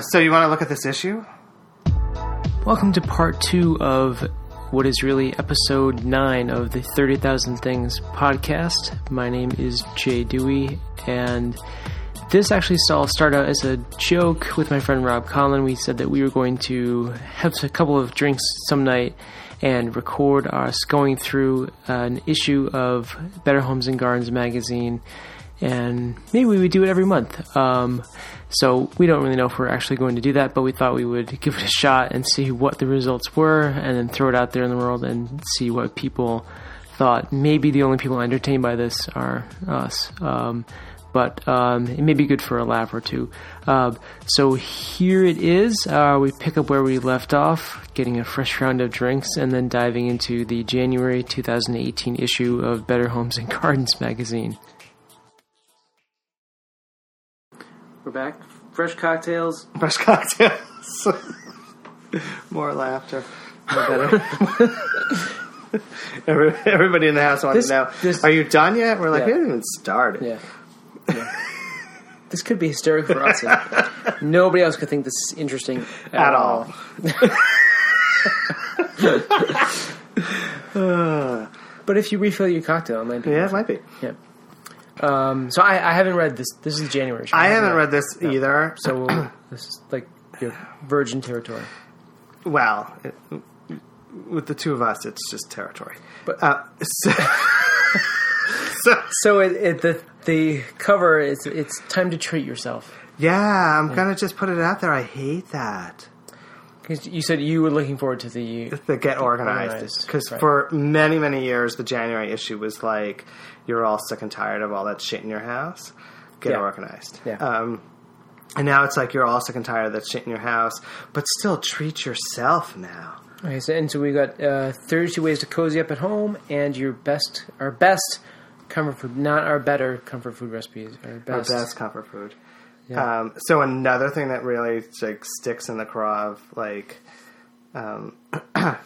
so you want to look at this issue? Welcome to part two of what is really episode nine of the 30,000 Things podcast. My name is Jay Dewey, and this actually all started out as a joke with my friend Rob Conlon. We said that we were going to have a couple of drinks some night and record us going through an issue of Better Homes and Gardens magazine, and maybe we would do it every month. Um, so we don't really know if we're actually going to do that, but we thought we would give it a shot and see what the results were, and then throw it out there in the world and see what people thought. Maybe the only people entertained by this are us. Um, but um, it may be good for a laugh or two. Uh, so here it is. Uh, we pick up where we left off, getting a fresh round of drinks, and then diving into the January 2018 issue of Better Homes and Gardens magazine. We're back. Fresh cocktails. Fresh cocktails. More laughter. More better. Every- Everybody in the house wants This- to know. this- Are you done yet? We're like, Yeah. we haven't even started. Yeah. This could be hysterical for us. and Nobody else could think this is interesting at, At all. But if you refill your cocktail, it might be. Yeah, it might be. Yeah. Um, so I, I haven't read this. This is January. issue. I haven't read this either. So, So this is like your virgin territory. well, it, with the two of us, it's just territory. But- uh, so, so- So it, it, the the cover is it's time to treat yourself yeah, I'm gonna just put it out there. I hate that. because you said you were looking forward to the the get organized organized, because right. for many many years the january issue was like you're all sick and tired of all that shit in your house get Yeah. organized Yeah. um, and now it's like you're all sick and tired of that shit in your house but still treat yourself now okay. So and so we got uh, thirty two ways to cozy up at home and your best our best comfort food not our better comfort food recipes our our best, best comfort food Yeah. um, so another thing that really like sticks in the craw of like um,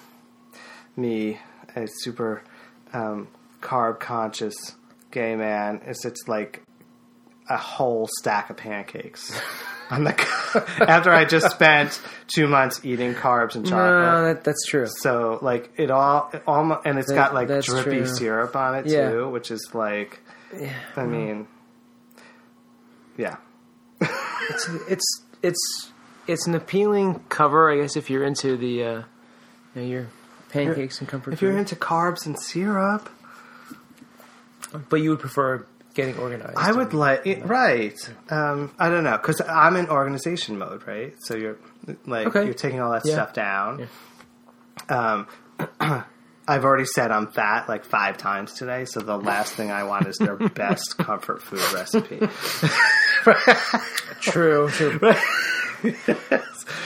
me a super um, carb conscious gay man is it's like a whole stack of pancakes on the after I just spent two months eating carbs and chocolate. No, Uh, that, that's true. So like it all, it almost, and it's got like that's drippy true. syrup on it Yeah. too, which is like, I mean, yeah, it's it's it's an appealing cover, I guess, if you're into the uh, you know, your pancakes and comfort If you're food. into carbs and syrup, but you would prefer getting organized. I would like it, right. Um, I don't know because I'm in organization mode, right? So you're like Okay. you're taking all that Yeah. stuff down. Um, I've already said I'm fat like five times today, so the last thing I want is their best comfort food recipe. True. true.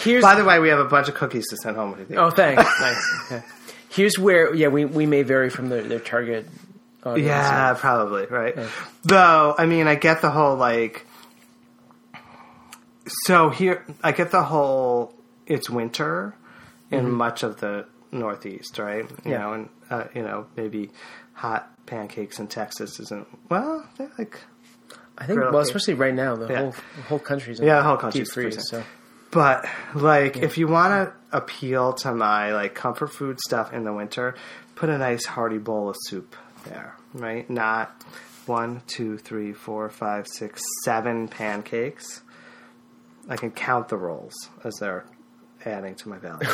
Here's By the way, we have a bunch of cookies to send home with you. oh, thanks, thanks. Okay. Here's where yeah we, we may vary from their, their target. Audience. Yeah, probably, right? Though, I mean, I get the whole like. So here, I get the whole it's winter in much of the Northeast, right? You Yeah. know, and, uh, you know, maybe hot pancakes in Texas isn't, well, they're like. I think Real well, cake. especially right now the Yeah. whole the whole country's Yeah, the whole country's deep freeze. freezing. So But, like, if you want to appeal to my, like, comfort food stuff in the winter, put a nice hearty bowl of soup there, right? Not one, two, three, four, five, six, seven pancakes. I can count the rolls as they're adding to my belly.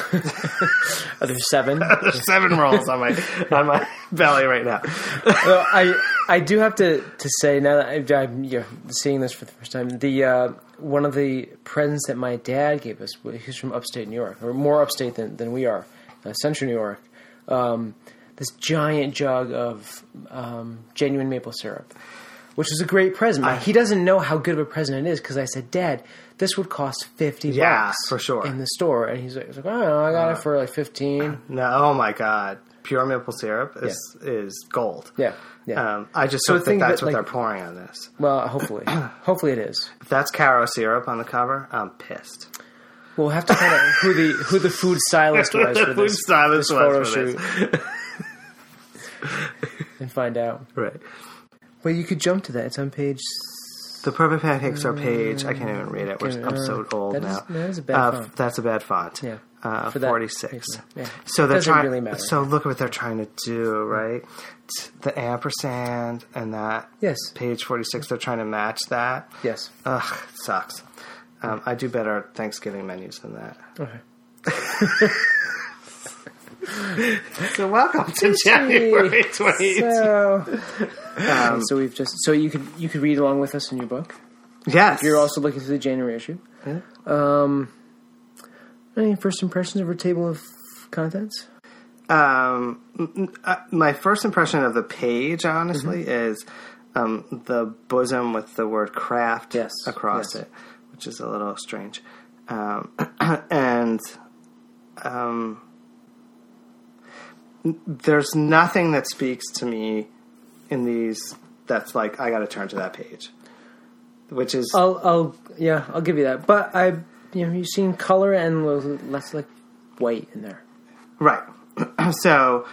are there seven? There's seven rolls on my on my belly right now. Well, I I do have to, to say now that I, I'm yeah, seeing this for the first time. The uh, one of the presents that my dad gave us, he's from upstate New York, or more upstate than, than we are, uh, central New York. Um, this giant jug of um, genuine maple syrup, which is a great present. he doesn't know how good of a present it is because I said, "Dad, this would cost fifty Yeah, bucks for sure. Uh, in the store," and he's like, he's like, "I don't know, I got it for like fifteen. No, oh my god, pure maple syrup is is gold. Yeah, yeah. Um, I just So hope that think that, that's what like- they're pouring on this. well, hopefully, hopefully it is. If that's caro syrup on the cover, I'm pissed. We'll have to find out who the who the food stylist was for Food this, stylist this was photo for this. shoot, and find out. Right. Well, you could jump to that. It's on page The Perfect Pancakes Are Page. I can't even read it. We're, I'm so old That is- now. that is a bad uh, font. That's a bad font. Yeah. Uh, For that 46. reason, yeah. So It they're doesn't trying. really matter. So look what they're trying to do, right? T- The ampersand and that Yes. page 46. They're trying to match that. Yes. Ugh, it sucks. Um, I do better Thanksgiving menus than that. Okay. So welcome to January 28th. So, um, so we've just so you could you could read along with us in your book. Yes. You're also looking through the January issue. Yeah. Um, any first impressions of our table of contents? um, m- m- uh, my first impression of the page, honestly, Mm-hmm. is um, the bosom with the word craft Yes, across yes. it, which is a little strange. Um, and um, n- there's nothing that speaks to me in these that's like, I got to turn to that page, which is I'll, I'll, yeah, I'll give you that. But I, you know, you've seen color and lo- less like white in there. right. so,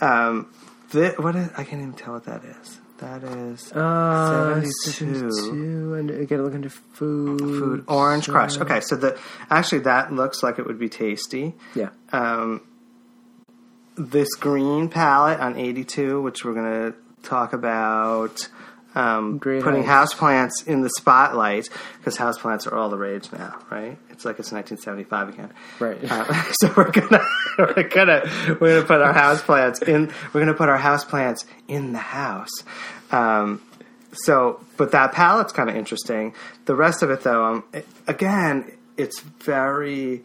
um, thi- what is, I can't even tell what that is. That is Uh, 72. 72, and I gotta look into food. food. Orange crush. Okay, so the actually that looks like it would be tasty. Yeah. Um, this green palette on 82, which we're gonna talk about. Um, Great putting ideas. houseplants in the spotlight because houseplants are all the rage now, right? It's like it's 1975 again. Right. Uh, so we're gonna we're gonna we're gonna put our houseplants in. We're gonna put our houseplants in the house. Um, so, but that palette's kind of interesting. The rest of it, though, um, it, again, it's very.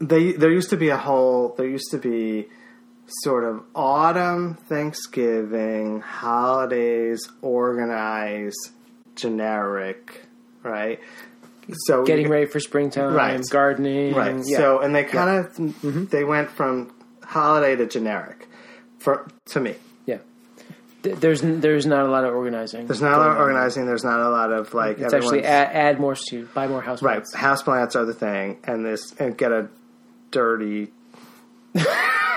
They there used to be a whole. There used to be sort of autumn, Thanksgiving, holidays, organized, generic, right? So Getting ready for springtime, Right. gardening. right? yeah. Mm-hmm. So and they kind of they went from holiday to generic, for to me. yeah. Th- There's n- there's not a lot of organizing. There's not a lot of organizing. There's not a lot of like. Mm-hmm. It's actually everyone's- add, add more to buy more house Right, houseplants are the thing, and this and get a dirty.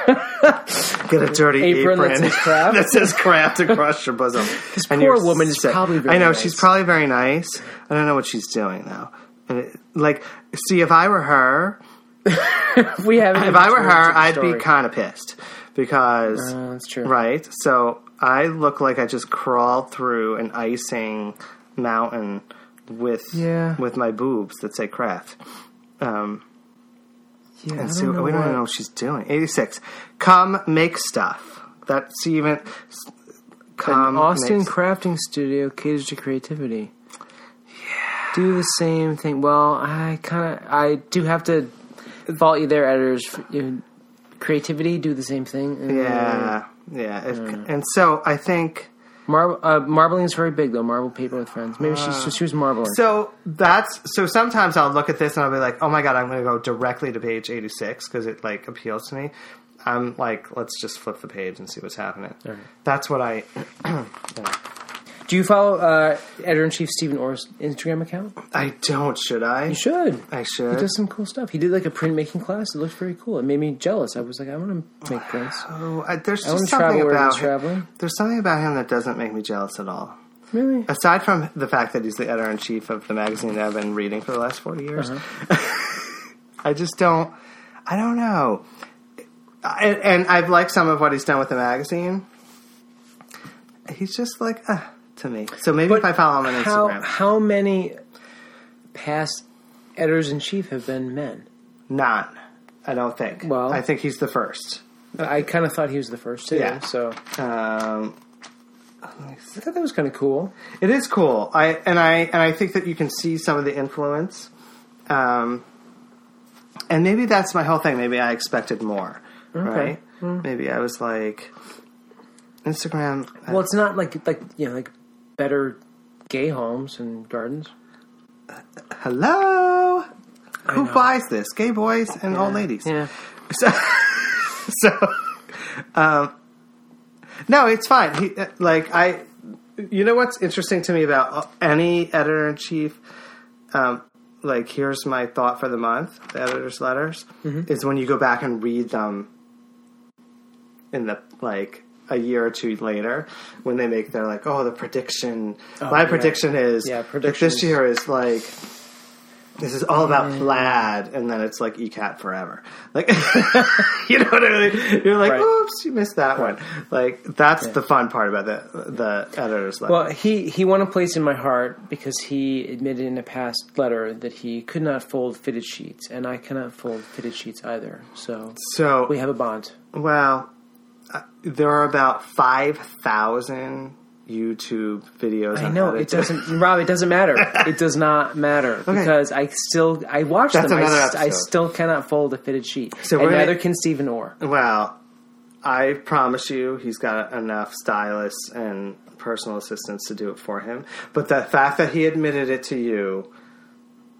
get a dirty Apron apron, that says craft. that says craft across your bosom. This poor woman is probably very I know nice. she's probably very nice. I don't know what she's doing though. And it, like, see, if I were her, We have. if I were her, I'd be kind of pissed because Uh, that's true. Right. So I look like I just crawled through an icing mountain with Yeah. with my boobs that say craft. Um, Yeah, I and don't so know we don't what- even know what she's doing. Eighty six. Come make stuff. That's even. Come An Austin make- crafting studio caters to creativity. Yeah. Do the same thing. Well, I kind of I do have to fault you there, editors. for- you- Creativity, do the same thing. Uh, yeah, yeah. It- And so I think. Mar- uh, marbling is very big though. Marble paper with friends. Maybe she's she, she was marbling. So that's so. Sometimes I'll look at this and I'll be like, "Oh my god, I'm going to go directly to page 86 because it like appeals to me." I'm like, "Let's just flip the page and see what's happening." That's what I do you follow uh, editor in chief Stephen Orr's Instagram account? I don't. Should I? You should. I He should. does some cool stuff. He did like a printmaking class. It looked very cool. It made me jealous. I was like, I want to make prints. Oh, I, there's wanna just something travel where about he's traveling. him. There's something about him that doesn't make me jealous at all. Really? Aside from the fact that he's the editor in chief of the magazine that I've been reading for the last forty years, Uh-huh. I just don't. I don't know. I, and I've liked some of what he's done with the magazine. He's just like uh, to me. So maybe if I follow him on how, Instagram, How many past editors in chief have been men? not. I don't think. Well- I think he's the first. I kind of thought he was the first too. Yeah. So Um, I thought that was kind of cool. It is cool. I and I and I think that you can see some of the influence. Um, and maybe that's my whole thing. Maybe I expected more. Right? Hmm. Maybe I was like Instagram. I- Well, it's not like like you know like better gay homes and gardens. Hello. Who know. buys this? Gay boys and old ladies. Yeah. So, so um, no, it's fine. He, uh, like I, you know what's interesting to me about uh, any editor in chief. Um, like here's my thought for the month: the editor's Mm-hmm. letters is when you go back and read them in the like a year or two later when they make their like, oh, the prediction. my prediction is Oh, Yeah, that predictions. this year is like. This is all about plaid, and then it's like ECAT forever. Like, you know what I mean? You're like, Right. oops, you missed that one. Like, that's the fun part about the the editor's letter. Well, he, he won a place in my heart because he admitted in a past letter that he could not fold fitted sheets, and I cannot fold fitted sheets either. So so we have a bond. Well, uh, there are about 5,000 YouTube videos. I on know how to it do- doesn't, Rob. It doesn't matter. It does not matter because I still I watch That's them. I, another s- I episode. still cannot fold a fitted sheet, So and we're gonna- neither can Stephen Orr. Well, I promise you he's got enough stylists and personal assistants to do it for him. But the fact that he admitted it to you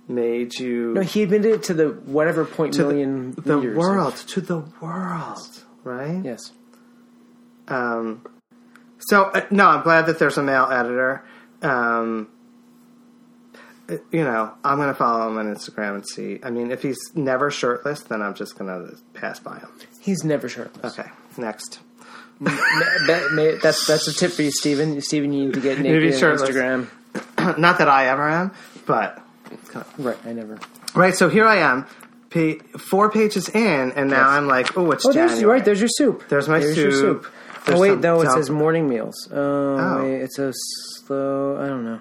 made you No, he admitted it to the whatever point to million the, the readers. world, to the world, right? Yes. Um, so uh, no, I'm glad that there's a male editor. Um, uh, you know, I'm gonna follow him on Instagram and see. I mean, if he's never shirtless, then I'm just gonna pass by him. He's never shirtless. Okay, next. Ma- that- ma- that's that's a tip for you, Steven. Steven, you need to get Maybe naked on shirtless. Instagram. Not that I ever am, but Right, I never. right. So here I am, pa- four pages in, and now Yes. I'm like, oh, it's Oh, January. there's right. There's your soup. There's my your soup. There's oh wait, some though it dump- says morning meals. Um, Oh. Hmm. wait, it's a slow. I don't know.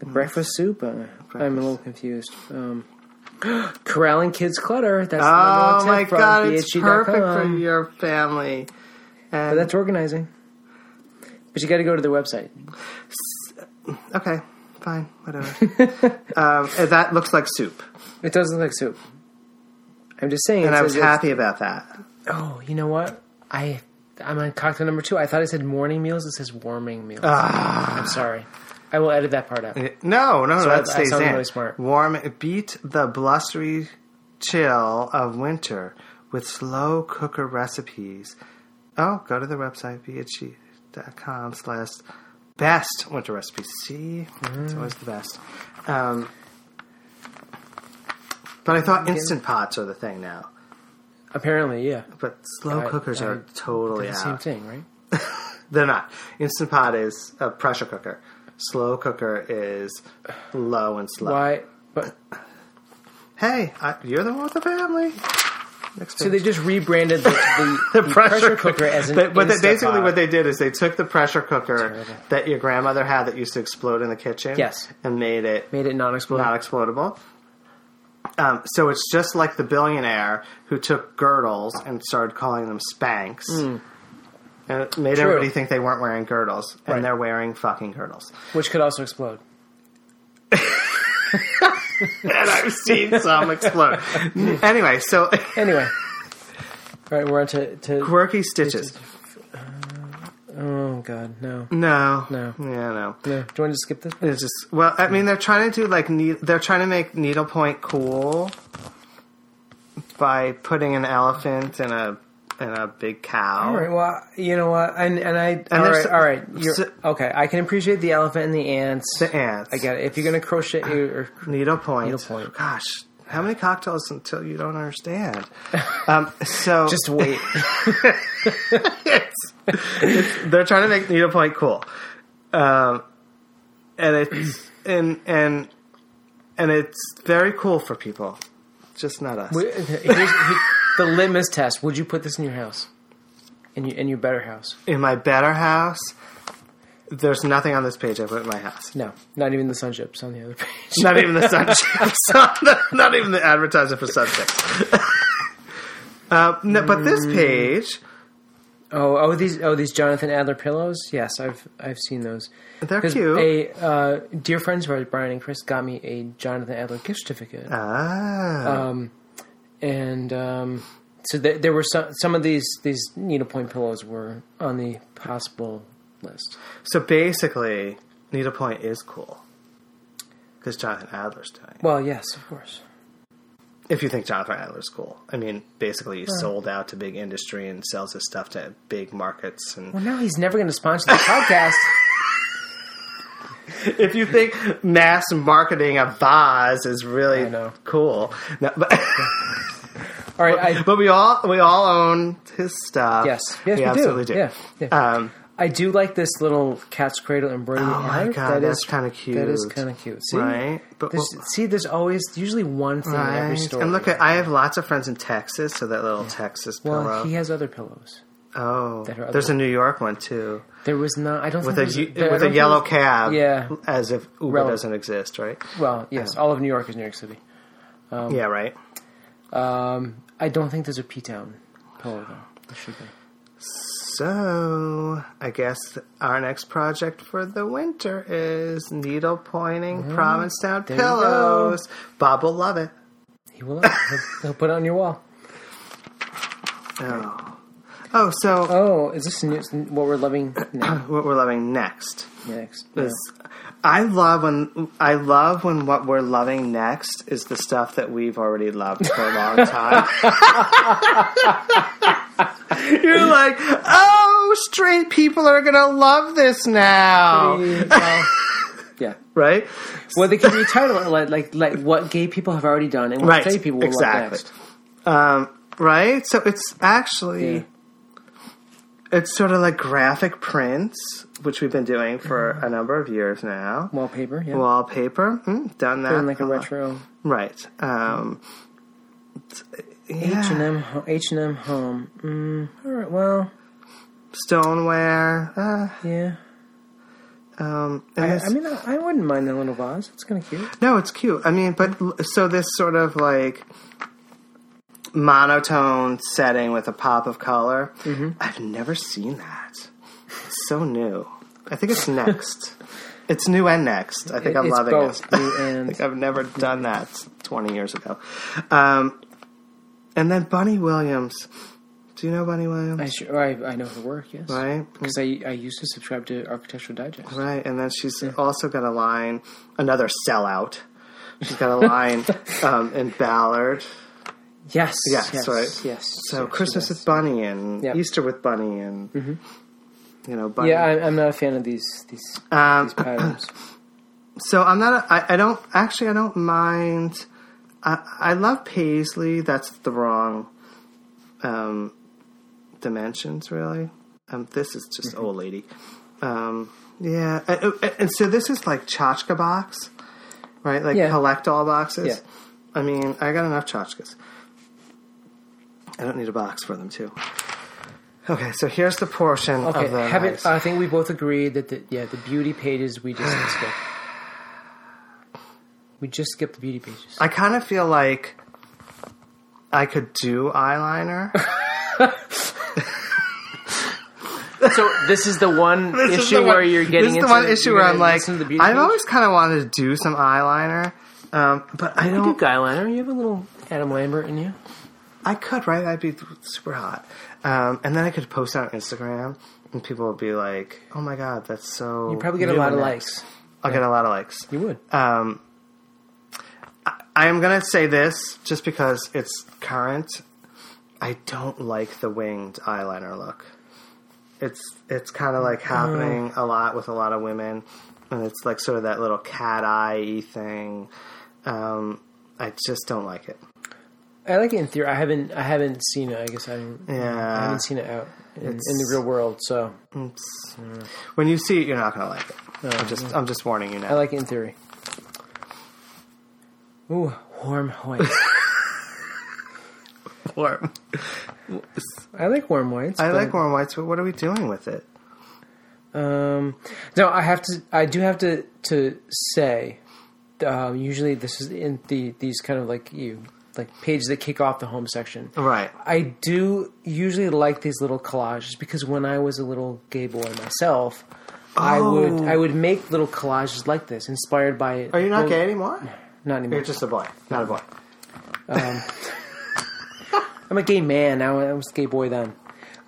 The breakfast soup. Uh, I'm a little confused. Um, corralling kids clutter. That's Oh the number one my tip from god, it's BHG.com. perfect for your family. But And Oh, that's organizing. But you got to go to their website. okay, fine, whatever. um, and that looks like soup. It does look like soup. I'm just saying. and it I was says it's- happy about that. Oh, you know what? I I'm on cocktail number two. I thought it said morning meals. It says warming meals. Ah. I'm sorry. I will edit that part out. Eh, No, no, I- I that stays sound in. really smart. Warm, beat the blustery chill of winter with slow cooker recipes. Oh, go to the website bhg.com slash best winter recipes. See, Mm. it's always the best. Um, but I thought instant pots are the thing now. Apparently, yeah. But slow I- cookers I- are totally The out. same thing, right? They're not. Instant pot is a pressure cooker. Slow cooker is low and slow. Why? But Hey, I, you're the one with the family. Next so they just rebranded the, the, the the pressure, cooker as an. They- but they- Instapot. basically, what they did is they took the pressure cooker Terrible. that your grandmother had that used to explode in the kitchen, Yes. and made it made it non-exploding. not explodable. Um, so it's just like the billionaire who took girdles and started calling them spanks, and it made Hmm. True. everybody think they weren't wearing girdles, Right. and they're wearing fucking girdles. which could also explode. and I've seen some explode. anyway, so Anyway. All right, we're on to, to quirky stitches. oh god no No, No. yeah, no. no. Do you want to skip this? It's just well, I mean, they're trying to do like nee- they're trying to make needlepoint cool by putting an elephant and a and a big cow. All right. Well, you know what? And and I. all there's- right. All right. You're, so- okay. I can appreciate the elephant and the ants. The ants. I get it. If you're gonna crochet or, or needlepoint. Needlepoint. Gosh, how many cocktails until you don't understand? um, so just wait. it's, it's- they're trying to make needlepoint cool, um, and it's and and and it's very cool for people, just not us. Wait, here's- here- the litmus test. Would you put this in your house? In your in your better house? In my better house, there's nothing on this page I put in my house. No, not even the sun chips on the other page. Not even the sun chips. not even the advertisement for sun chips. uh, no, but this page, Oh, oh these oh these Jonathan Adler pillows. Yes, I've I've seen those. they're 'Cause cute. A uh, dear friends of ours, Brian and Chris, got me a Jonathan Adler gift certificate. ah, um, and um, so there, there were some some of these these needlepoint pillows were on the possible list. so basically, needlepoint is cool because Jonathan Adler's doing. it. Well, yes, of course. If you think Jonathan Adler's cool, I mean, basically, he sold out to big industry and sells his stuff to big markets. And Well, now he's never going to sponsor the podcast. if you think mass marketing a vase is I really know. cool, no, but. All right, I- but we all we all own his stuff. Yes. Yes, we do. absolutely Yeah, yeah. Um, I do like this little cat's cradle embroidery. Oh my header. God, that's kinda That is cute. kind of cute. See, Right? But There's- what- see, there's always usually one thing in every right. story. And look at I have lots of friends in Texas, so that little Texas well, pillow. he has other pillows. oh, that are there's a New York one too There was not. I don't with a think ye- there's- there- I with a don't think- yellow cab. Yeah. as if Uber Relevant. doesn't exist, right? Well, yes, all of New York is New York City. yeah, right. Um, I don't think there's a P Town pillow though. There should be. So I guess our next project for the winter is needle pointing Provincetown Mm-hmm. you go. pillows. Bob will love it. He will. he'll, he'll put it on your wall. Oh, oh. So Oh, is this new, what we're loving now, what we're loving next next? is I love when I love when what we're loving next is the stuff that we've already loved for a long time. You're like, oh, straight people are gonna love this now, Yeah. yeah. right? Well, they can retitle it like, like like what gay people have already done and what Right, straight people will love exactly. next. Um, right? So it's actually Yeah. it's sort of like graphic prints, which we've been doing for a number of years now. Wallpaper, yeah. Wallpaper, mm, done that. and like a retro right? Um, H and yeah. M H and M home. Mm, all right, well, stoneware. Uh, yeah. um, and I, it's- I mean, I, I wouldn't mind that little vase. It's kind of cute. No, it's cute. I mean, but l- so this sort of like monotone setting with a pop of color. Mm-hmm. I've never seen that. It's so new. I think it's next. it's new and next. I think It- I'm it's loving both it. new and- I think I've never done that 20 years ago. Um, and then Bunny Williams. Do you know Bunny Williams? I sure, I, I know her work, yes, right. Because I I used to subscribe to Architectural Digest. Right, and then she's also got a line, another sellout. She's got a line um, in Ballard. Yes, Yes, yes, right. yes. So yes, Christmas yes. with Bunny and Yep. Mm-hmm. Easter with Bunny and you know Bunny. Yeah, I, I'm not a fan of these these, Um, these patterns. so I'm not. A, I, am not I don't actually. I don't mind. I, I love paisley. That's the wrong um, dimensions, really. Um, this is just Mm-hmm. old lady. Um, yeah, and, and so this is like tchotchka box, right? Like Yeah. collect all boxes. Yeah. I mean, I got enough tchotchkas. I don't need a box for them too. Okay, so here's the portion Okay, of the. have uh, knives. it, I think we both agree that the yeah the beauty pages we just skip. We just skip the beauty pages. I kind of feel like I could do eyeliner. So this is the one This issue is the one- where you're getting This is into the one issue you're where gonna I'm like, listen to the beauty I've page? always kind of wanted to do some eyeliner, um, but I You do don't. eyeliner. You have a little Adam Lambert in you. I could, right? I'd be super hot, um, and then I could post on Instagram, and people would be like, "Oh my god, that's so." You probably get a new lot of and likes. Uh, I'll get a lot of likes. You would. Um, I am gonna say this just because it's current. I don't like the winged eyeliner look. It's it's kind of like happening a lot with a lot of women, and it's like sort of that little cat eye thing. Um, I just don't like it. I like it in theory. I haven't. I haven't seen it. I guess I haven't. Mm, I Yeah, haven't seen it out in, in the It's- real world. So It's- when you see it, Mm-hmm. you're not gonna like it. I'm just I'm just warning you I now. like it in theory. Ooh, warm whites. warm. I like warm whites. I but- like warm whites, but what are we doing with it? Um, no, I have to. I do have to to say. Um, usually, this is in the these kind of like you like pages that kick off the home section. Right. I do usually like these little collages because when I was a little gay boy myself, I would Oh. I would make little collages like this, inspired by. Are you not well, gay anymore? Not anymore. You're just a boy, not a boy. Um, I'm a gay man now. I was a gay boy then.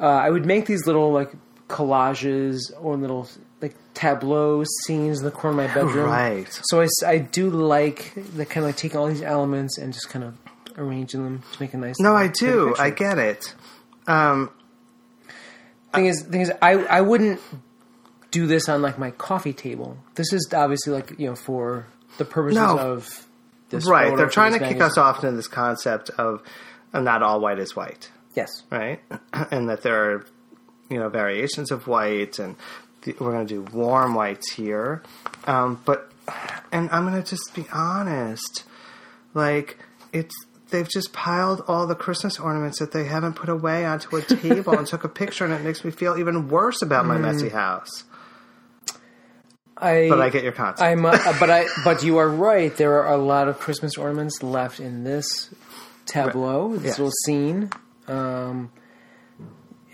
Uh, I would make these little like collages or little like tableau scenes in the corner of my bedroom. Right. So I, s- I do like the kind of like taking all these elements and just kind of arranging them to make a nice. No, I pretty do. picture. I get it. Um, thing is, thing is, I I wouldn't do this on like my coffee table. This is obviously like you know for the purposes No. of this. right. photo They're for trying to this kick magazine. us off into this concept of and not all white is white, Yes. right? and that there are, you know, variations of white, and th- we're going to do warm whites here. Um, but, and I'm going to just be honest, like it's they've just piled all the Christmas ornaments that they haven't put away onto a table and took a picture, and it makes me feel even worse about my messy Hmm. house. I, But I get your concept. I'm, uh, but I, but you are right. There are a lot of Christmas ornaments left in this tableau, this Yes. little scene. Um,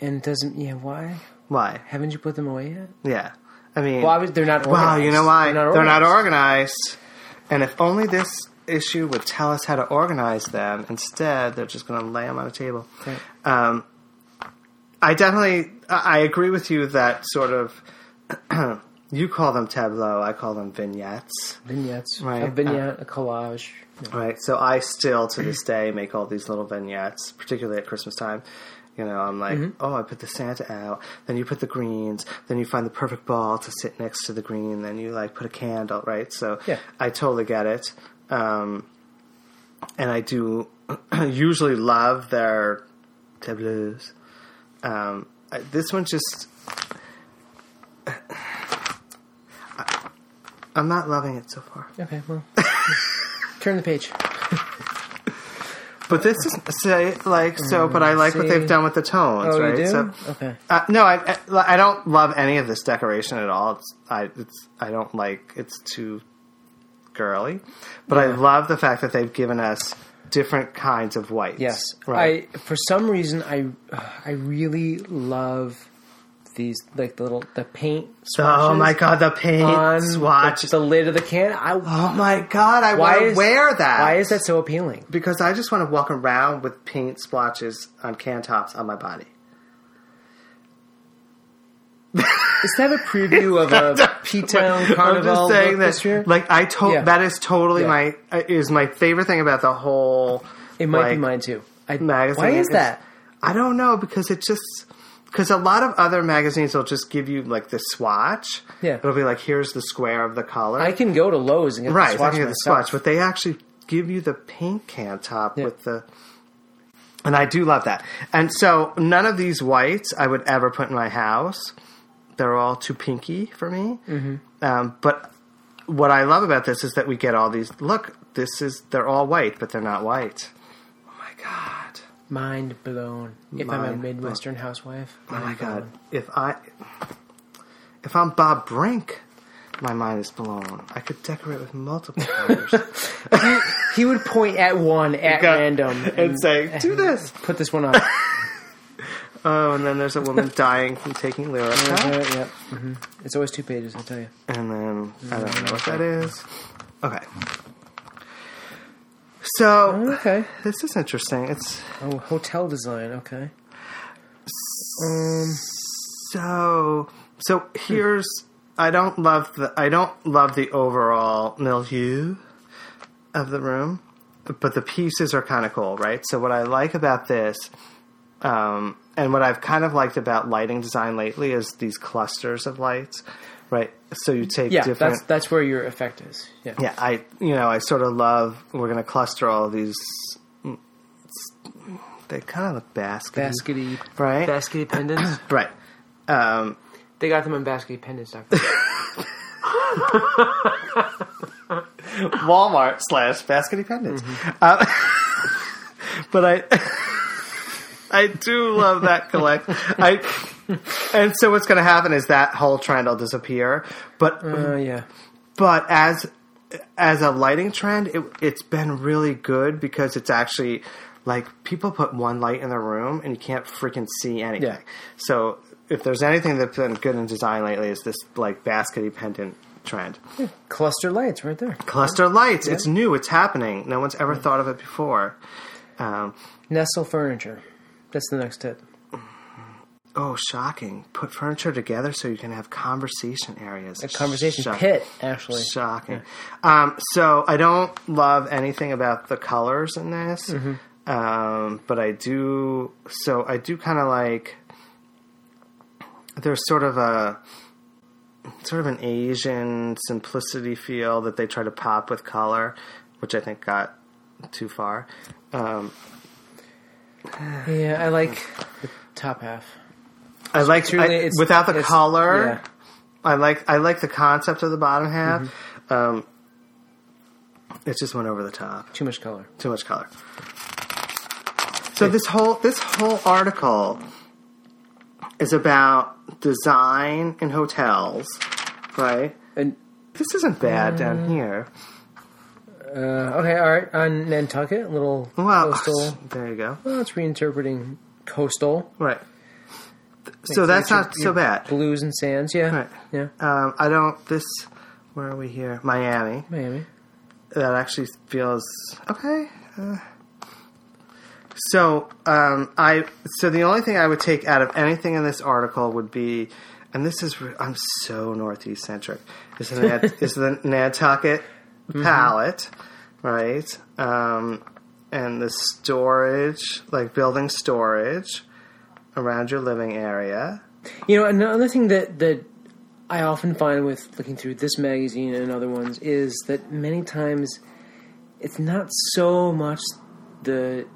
and doesn't yeah? Why Why? haven't you put them away yet? Yeah, I mean, Well, I was, they're not. Organized. Wow, you know why? They're not, organized. organized. And if only this issue would tell us how to organize them. Instead, they're just going to lay them on a table. Right. Um, I definitely, I I agree with you that sort of, you call them tableau, I call them vignettes. vignettes. Right. Uh, A vignette, a collage. Right. So I still to this day make all these little vignettes, particularly at Christmas time. You know, I'm like, oh, I put the Santa out, then you put the greens, then you find the perfect ball to sit next to the green, then you like put a candle, right? So Yeah. I totally get it. Um, and I do usually love their tableaus. Um, I- this one just. I- I'm not loving it so far. Okay, well, turn the page. But this is say like so. But I like what see. they've done with the tones, Oh, right? you do? So, okay. uh, no, I, I I don't love any of this decoration at all. It's I it's I don't like it's too girly. But I love the fact that they've given us different kinds of whites. Yes, right. I for some reason I I really love these like the little the paint. oh swatches my god, the paint on swatch. the, the lid of the can. I oh my god, I why want to is- wear that. Why is that so appealing? Because I just want to walk around with paint splotches on can tops on my body. Is that a preview of a P Town Carnival I'm just saying look that, this year? Like I told, Yeah. that is totally Yeah. my uh, is my favorite thing about the whole. it might like, be mine too. I, Magazine. why is It's- that? I don't know because it just because a lot of other magazines will just give you like the swatch. Yeah. it'll be like here's the square of the color. I can go to Lowe's and get right, the I swatch can get the myself. swatch, but they actually give you the paint can top Yeah. with the. And I do love that. And so none of these whites I would ever put in my house. They're all too pinky for me. Um, but what I love about this is that we get all these. Look, this is they're all white, but they're not white. Oh my god! Mind blown. If I'm a Mind blown. Midwestern housewife. Oh my mind god! blown. If I if I'm Bob Brink, my mind is blown. I could decorate with multiple colors. He would point at one at got- random and say, "Do this." Put this one on. Uh, Oh, and then there's a woman dying from taking Lyrica. yep. hmm It's always two pages, I tell you. And then I don't know what that is. Okay. So Okay. this is interesting. It's Oh, hotel design. Okay. Um, so so here's I don't love the I don't love the overall milieu of the room, but the pieces are kind of cool, right? So what I like about this um, and what I've kind of liked about lighting design lately is these clusters of lights, right? So you take Yeah, different that's that's where your effect is. Yeah. yeah, I you know I sort of love. We're gonna cluster all of these. They kind of look basket, Baskety, right? baskety pendants. right. Um, they got them on basketypendants.com. Walmart slash baskety pendants. Uh, but I, I do love that collect. I, and so what's gonna happen is that whole trend will disappear. But Oh yeah. but as as a lighting trend, it, it's been really good because it's actually like people put one light in the room and you can't freaking see anything. Yeah. So if there's anything that's been good in design lately, is this like baskety pendant trend, Cluster lights right there. cluster lights. It's new. It's happening. No one's ever thought of it before. Um, Nestle furniture. That's the next tip. oh, shocking! Put furniture together so you can have conversation areas. A conversation Shock- pit, actually. Shocking. Um, so I don't love anything about the colors in this, Mm-hmm. um, but I do. So I do kind of like. There's sort of a sort of an Asian simplicity feel that they try to pop with color, which I think got too far. Um, Yeah, I like the top half. I like really- I, it's- without the it's- color. yeah. I like I like the concept of the bottom half. Mm-hmm. Um, it just went over the top. Too much color. Too much color. So this whole this whole article is about design in hotels, right? And This isn't bad Mm. down here. uh, okay, all right. On Nantucket, little Well, coastal. there you go. Well, it's reinterpreting coastal. Right. So that's Your- not so your bad. Blues and sands. Yeah, Right. yeah. Um, I don't. This. Where are we here? Miami. Miami. that actually feels okay. Uh, so um, I so the only thing I would take out of anything in this article would be, and this is re- I'm so northeast centric. Is the Nat- is the Nantucket palette right? Um, and the storage, like building storage around your living area. You know, another thing that that I often find with looking through this magazine and other ones is that many times it's not so much the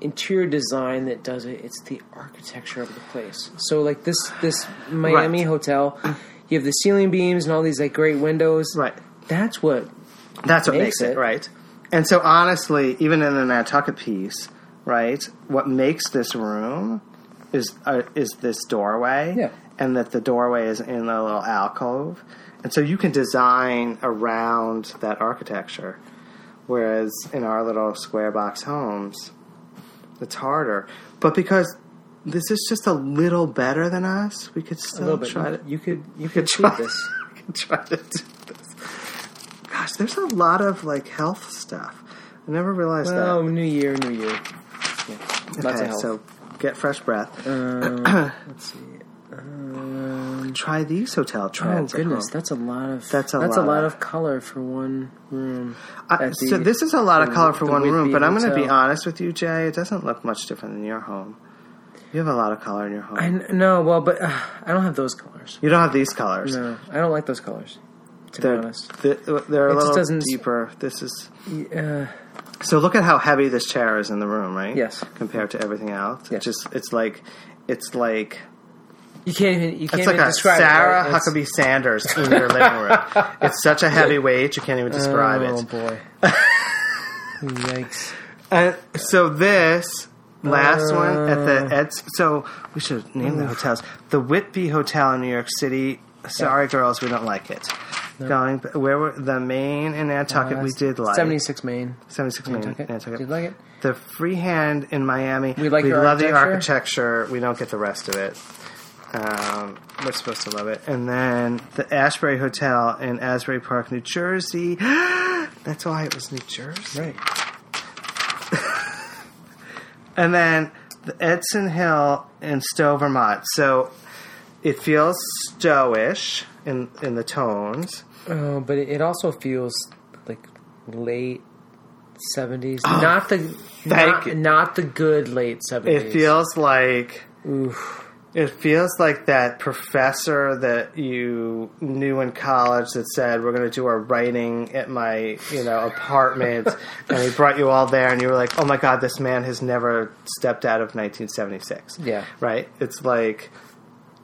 interior design that does it; it's the architecture of the place. So, like this this Miami Right. hotel, you have the ceiling beams and all these like great windows. Right. That's what That's what Makes makes, it, it. right. And so, honestly, even in the Nantucket piece, right, what makes this room is uh, is this doorway, Yeah. and that the doorway is in a little alcove, and so you can design around that architecture. Whereas in our little square box homes, it's harder. But because this is just a little better than us, we could a little still bit. try to You could you could see try- this. try to do this. Gosh, there's a lot of like health stuff. I never realized Oh, new year, new year. Yeah. that. Lots of Okay, health. so get fresh breath. Let's see. Um, Try these hotel Oh trends. at goodness, home. that's a lot of That's a lot, lot. of color for one room. I- at so the- this is a lot of the- color for the one room, Whitby but I'm going to be Hotel. honest with you, Jay. It doesn't look much different than your home. You have a lot of color in your home. I n- no, well, but uh, I don't have those colors. you don't have these colors. No, I don't like those colors. To be They're, honest, th- they're a It just little doesn't- deeper. This is uh, So look at how heavy this chair is in the room, right? Yes. Compared to everything else, it's Yes. just it's like it's like you can't even you can't it's even like a describe Sarah it. right? It's- Huckabee Sanders in your living room. It's such a heavy weight you can't even describe Oh it. boy! Yikes! And so this last one at the Ed's. So we should name the hotels. The Whitby Hotel in New York City. Sorry, girls, we don't like it. Going where were the Maine and Nantucket? we did like seventy six Maine. seventy six Maine Nantucket. Nantucket. Did you like it? The freehand in Miami. We like your love the architecture. architecture. We don't get the rest of it. Um, we're supposed to love it. And then the Ashbury Hotel in Asbury Park, New Jersey. That's why it was New Jersey. Right. And then the Edson Hill in Stowe, Vermont. So it feels Stowish in in the tones. Oh, but it, it also feels like late seventies. not the not, you. not the good late seventies. It feels like it feels like that professor that you knew in college that said we're going to do our writing at my you know apartment, and he brought you all there, and you were like, oh my god, this man has never stepped out of 1976. Yeah. right. It's like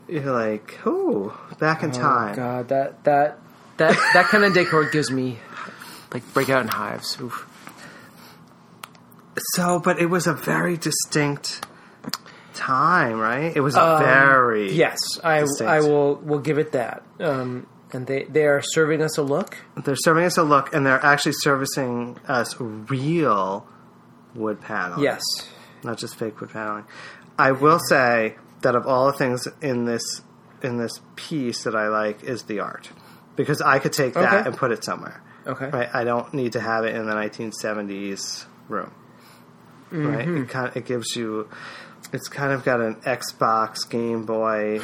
you're like, oh, back in time. God, that that that that kind of decor gives me like breakout in hives. Oof. So, but it was a very distinct time, right? It was Um, very Yes, I Distinct. I will will give it that. Um, and they they are serving us a look. They're serving us a look, and they're actually servicing us real wood paneling. Yes, not just fake wood paneling. I will say that of all the things in this in this piece that I like is the art, because I could take that Okay. and put it somewhere. Okay. right? I don't need to have it in the 1970s room. Right, Mm-hmm. it kind of, it gives you. It's kind of got an Xbox Game Boy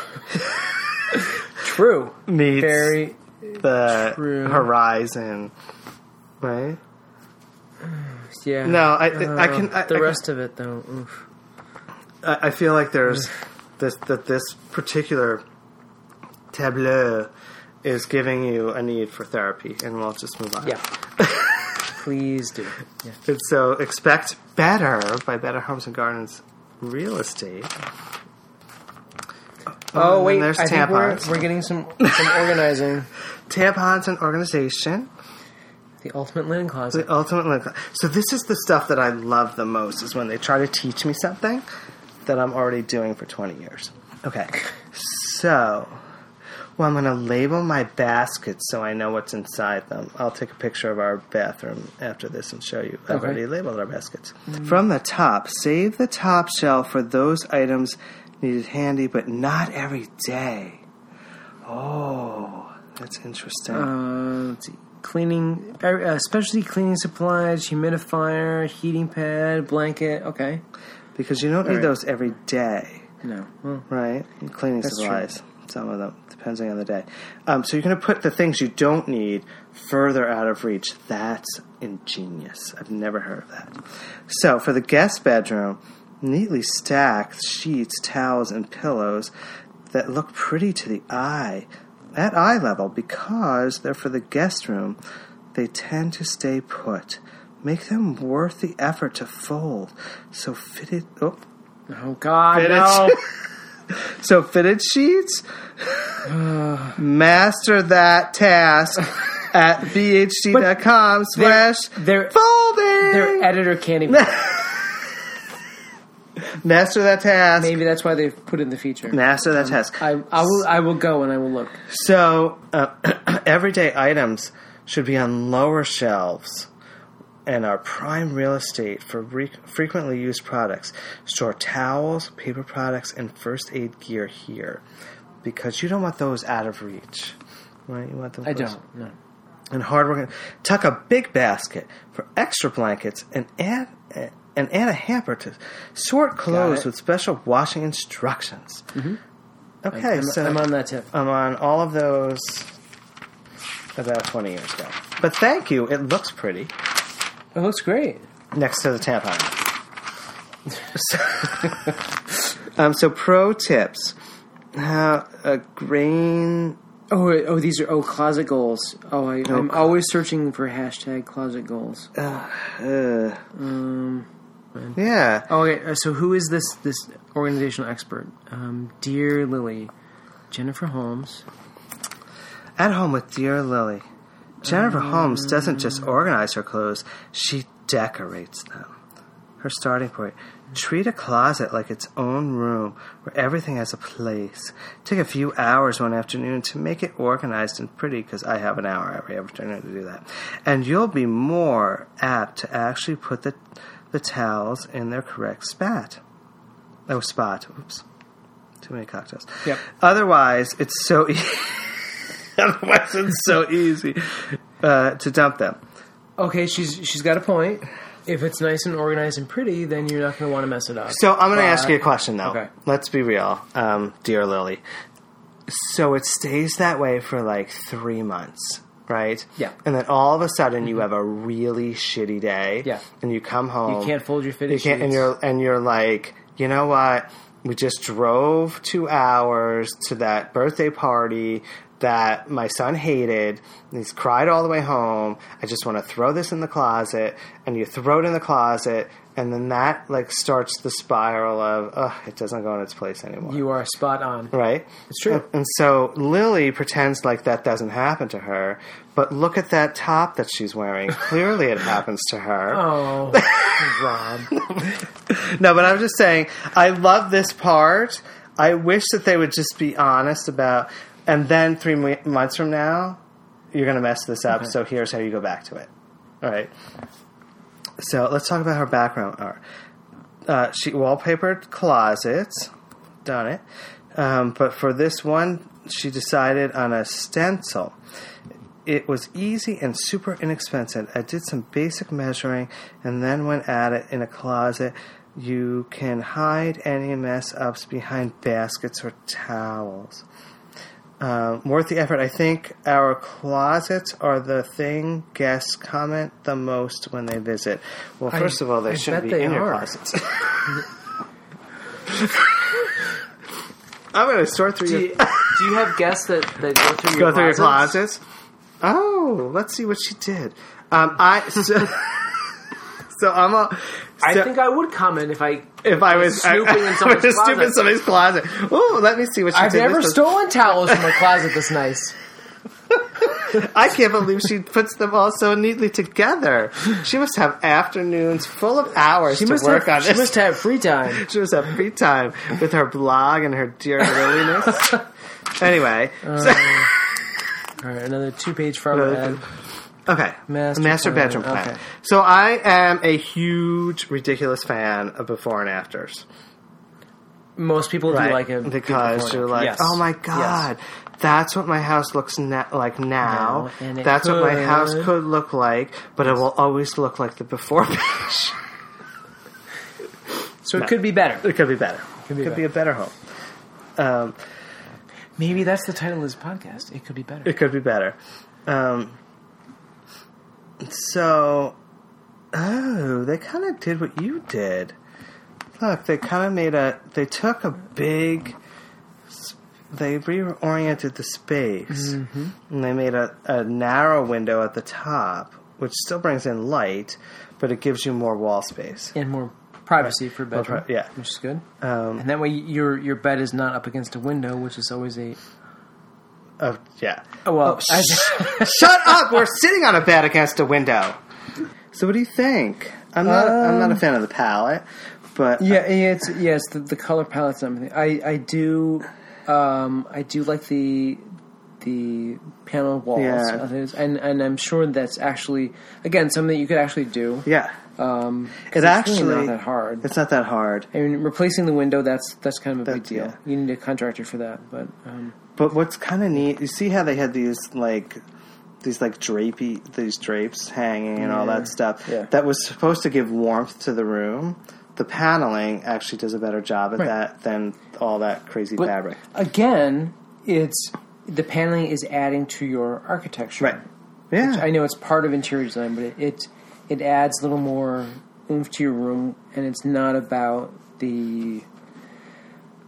true. meets Very the True. Horizon, right? yeah. Uh, No, I- I can- I- the I can- rest of it though. Oof. I, I feel like there's this that this particular tableau is giving you a need for therapy, and we'll just move on. Yeah. Please do. Yeah. And so expect better by Better Homes and Gardens Real Estate. Oh, Um, and wait. there's I think we're, tampons. we're getting some, some organizing. Tampons and organization. The ultimate linen closet. The ultimate link. So this is the stuff that I love the most is when they try to teach me something that I'm already doing for 20 years. Okay. So, well, I'm going to label my baskets so I know what's inside them. I'll take a picture of our bathroom after this and show you. I've Okay. Mm. already labeled our baskets. From the top, save the top shelf for those items needed handy, but not every day. Oh, that's interesting. Uh, let's see. Cleaning, uh, uh, specialty cleaning supplies, humidifier, heating pad, blanket. Okay. because you don't need right. those every day. No. Well, Right, and cleaning That's true. supplies. Some of them, depending on the day. Um, so you're going to put the things you don't need further out of reach. That's ingenious. I've never heard of that. So for the guest bedroom, neatly stacked sheets, towels, and pillows that look pretty to the eye at eye level because they're for the guest room. They tend to stay put. Make them worth the effort to fold. So fit it. Oh, oh, God. Finish. No. so fitted sheets. Master that task at bhd.com slash they're- Their folding. editor can't even. Master that task. Maybe that's why they've put in the feature. Master that task. I, I will I will go and I will look. So, uh, everyday items should be on lower shelves and are prime real estate for re- frequently used products. Store towels, paper products, and first aid gear here because you don't want those out of reach. Right? You want them I close. don't. No. And hard work. Tuck a big basket for extra blankets and add. uh, And add a hamper to sort it. clothes Mm-hmm. with special washing instructions. Okay, I'm, so I'm on that tip. I'm on all of those about 20 years ago. But thank you. It looks pretty It looks great. next to the tampon. so, um, so pro tips: how a grain. Oh, wait, oh, these are oh closet goals. Oh, I, I'm always searching for hashtag closet goals. Um, Uh, yeah, Oh, okay. uh, So who is this this organizational expert? Um, dear Lily, Jennifer Holmes. at home with dear Lily. Jennifer Holmes doesn't just organize her clothes; she decorates them. her starting point. Treat a closet like its own room where everything has a place. Take a few hours one afternoon to make it organized and pretty because I have an hour every afternoon to do that. And you'll be more apt to actually put the, the towels in their correct spot. Oh, spot. Oops. Too many cocktails. Yep. Otherwise, it's so e- Otherwise, it's so easy uh, to dump them. Okay, she's she's got a point. If it's nice and organized and pretty, then you're not going to want to mess it up. So I'm going to ask But- you a question though. Okay. Let's be real, um, dear Lily. So it stays that way for like three months, right? Yeah. And then all of a sudden you have a really shitty day. Yeah. And you come home. you can't fold your fitted You can't, and sheets. you're and you're like, you know what? We just drove two hours to that birthday party that my son hated. And he's cried all the way home. I just want to throw this in the closet, and you throw it in the closet, and then that like starts the spiral of, ugh, it doesn't go in its place anymore. You are spot on. Right? It's true. And, and so Lily pretends like that doesn't happen to her, but look at that top that she's wearing. Clearly it happens to her. Oh, Rob. No, but I'm just saying, I love this part. I wish that they would just be honest about, and then three mo- months from now, you're going to mess this up. So here's how you go back to it. All right. So let's talk about her background art. Uh, she wallpapered closets, done it. Um, but for this one, she decided on a stencil. It was easy and super inexpensive. I did some basic measuring and then went at it in a closet. You can hide any mess ups behind baskets or towels. Um, worth the effort. I think our closets are the thing guests comment the most when they visit. Well, first of all, they I shouldn't be bet they in your are. closets. I'm going to sort through Do your you, do you have guests that, that go through your go through your closets? closets. Oh, let's see what she did. Um, I so, so I'm a. I so- think I would comment if I. if I was snooping I, in I somebody's was snooping in closet. somebody's closet. Oh, let me see what she I've did. never This was- stolen towels from a closet this nice. I can't believe she puts them all so neatly together. She must have afternoons full of hours She to must work have, on She this. must have free time. she must have free time with her blog and her dear loneliness. anyway, Uh, so- All right, another two-page farm Another ad. two- Okay. Master plan, bedroom plan. okay. So I am a huge, ridiculous fan of before and afters. Most people do like it because you're like, oh my god, that's what my house looks na- like now. Now, and it that's what my house could." could look like, but it will always look like the before picture. So it could be better. it could be better. Could be could be a better home. Um, Maybe that's the title of this podcast. It could be better. It could be better. Um, so, oh, they kind of did what you did. Look, they kind of made a. They took a big. s- They reoriented the space, and they made a, a narrow window at the top, which still brings in light, but it gives you more wall space. and more privacy for bedroom. pri- yeah. which is good. Um, And that way, your your bed is not up against a window, which is always a oh, yeah. oh well. I, Shut up! We're sitting on a bed against a window. So what do you think? I'm not. I'm Um, not a fan of the palette, but yeah, yeah, it's yeah, it's the, the color palette's and everything. I I do um I do like the the panel walls Yeah. of those, and and I'm sure that's actually again something that you could actually do. yeah. Um, 'cause It it's actually really not that hard. It's not that hard. I mean, replacing the window that's that's kind of a big That's- deal. yeah. You need a contractor for that, but um, But what's kind of neat, you see how they had these like these like drapey these drapes hanging and all that stuff. Yeah. That was supposed to give warmth to the room. The paneling actually does a better job at Right. that than all that crazy But fabric. Again, it's the paneling is adding to your architecture. Right. Yeah. I know it's part of interior design, but it it, it adds a little more oomph to your room, and it's not about the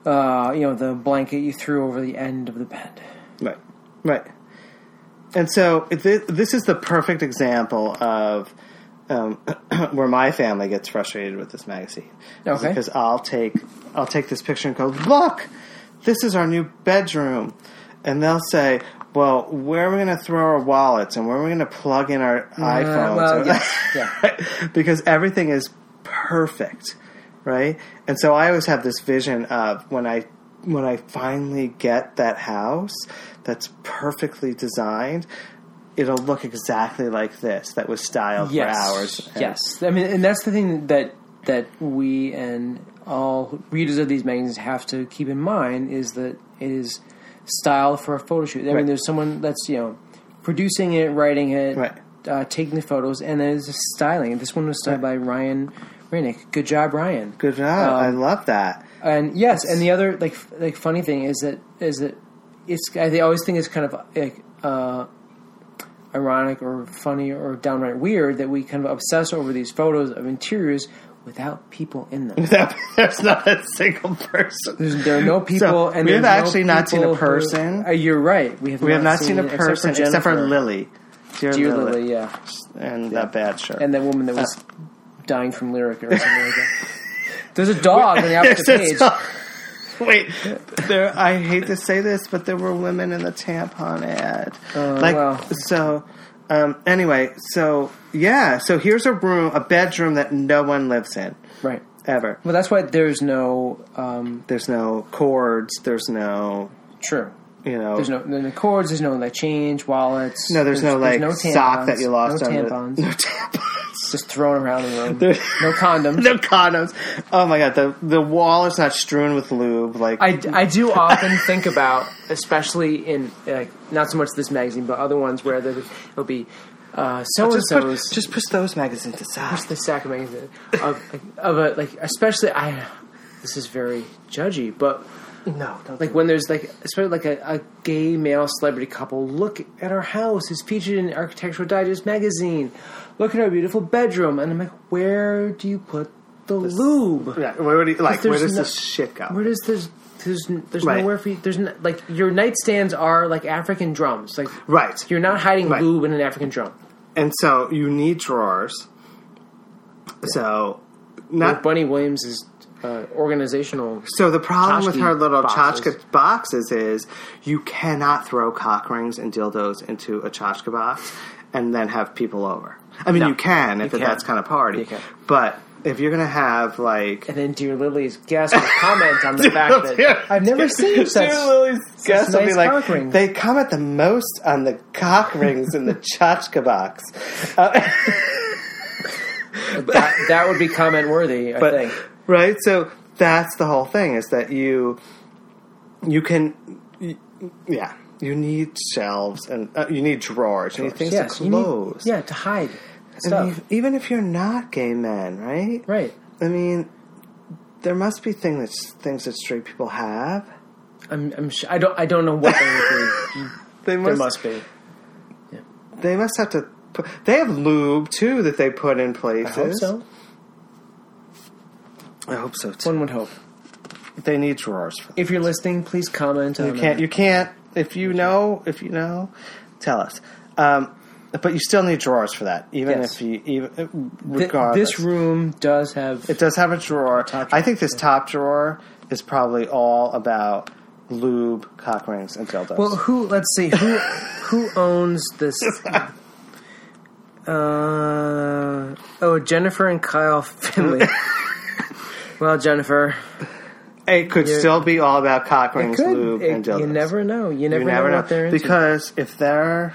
uh, you know the blanket you threw over the end of the bed. Right. Right. And so this, this is the perfect example of um, where my family gets frustrated with this magazine. Is Okay. Because I'll take I'll take this picture and go, look, this is our new bedroom, and they'll say. Well, where are we going to throw our wallets and where are we going to plug in our iPhones? Uh, well, or- yes, yeah. because everything is perfect, right? And so I always have this vision of when I when I finally get that house that's perfectly designed, it'll look exactly like this that was styled for hours. And- Yes, I mean, and that's the thing that that we and all readers of these magazines have to keep in mind is that it is style for a photo shoot. I mean, Right. there's someone that's you know producing it, writing it, Right. uh, taking the photos, and there's the styling. This one was styled by Ryan Rannick. Good job, Ryan. Good job. I love that. And yes, and the other like f- like funny thing is that is that it's I always think it's kind of like uh, ironic or funny or downright weird that we kind of obsess over these photos of interiors without people in them. There's not a single person. There's, there are no people, and we have there's no actually not seen a people who- person. uh, you're right. We have we have not seen a it person except for, Jennifer. Lily. Dear, Dear Lily. Uh. Lily, yeah, And that bad shirt. and that woman that was dying from lyrica or something like that. There's a dog on the opposite There's a page. dog. Wait, there. I hate to say this, but there were women in the tampon ad. like wow. so. Um, anyway, so yeah, so here's a room, a bedroom that no one lives in Right. ever. Well, that's why there's no um, There's no cords. There's no, true. you know, There's no there's no cords. There's no like change wallets. no, there's, no like sock that you lost No under- tampons. No tampons. Just thrown around the room. no condoms. No condoms. Oh my god, the the wall is not strewn with lube. Like I, I do often think about, especially in like not so much this magazine, but other ones where there will be uh, so and just put, so's just push those magazines aside. the sack of magazine of like, of a like especially I. This is very judgy, but No, don't like when there's like especially like a, a gay male celebrity couple look at our house is featured in architectural digest magazine look at our beautiful bedroom and i'm like where do you put the lube Yeah, where do you, like there's where does no- this shit go? where does this there's n- there's Right. nowhere for you. There's n- like your nightstands are like African drums. Like Right. you're not hiding Right. lube in an African drum. And so you need drawers. So Like, not Bunny Williams is uh, organizational. so the problem with tchotchke her little boxes. tchotchke boxes is you cannot throw cock rings and dildos into a tchotchke box and then have people over. I mean No. you can if You can. that's kind of party. You can. But if you're gonna have like And then Dear Lily's guest will comment on the fact that dear- I've never seen such. Sarah Lily's guests will be nice like, cock rings. they come at the most on the cock rings in the tchotchke box. that, that would be comment worthy. I but think. right so that's the whole thing is that you you can y- yeah you need shelves and uh, you need drawers you need things Yes, to you need- close yeah, to hide I stuff. mean, even if you're not gay men right right. i mean there must be things that things that straight people have I'm, I'm sh- I don't. I don't know what they would be. they There must, must be. they must have to put, they have lube too that they put in I places hope so. I hope so, too One would hope. they need drawers for If you're listening, please comment. You on can't. uh, You can't. If you know, if you know, tell us. Um, but you still need drawers for that, even Yes. if you even uh, Th- regardless. this room does have. it does have a drawer. Top drawer. I think this top drawer is probably all about lube, cock rings, and dildos. well, who? Let's see. Who? who owns this? Uh, oh, Jennifer and Kyle Finley. well, Jennifer, it could you- still be all about cock rings, lube, It- and dildos. you never know. You You never, never know, what they're into. because if they're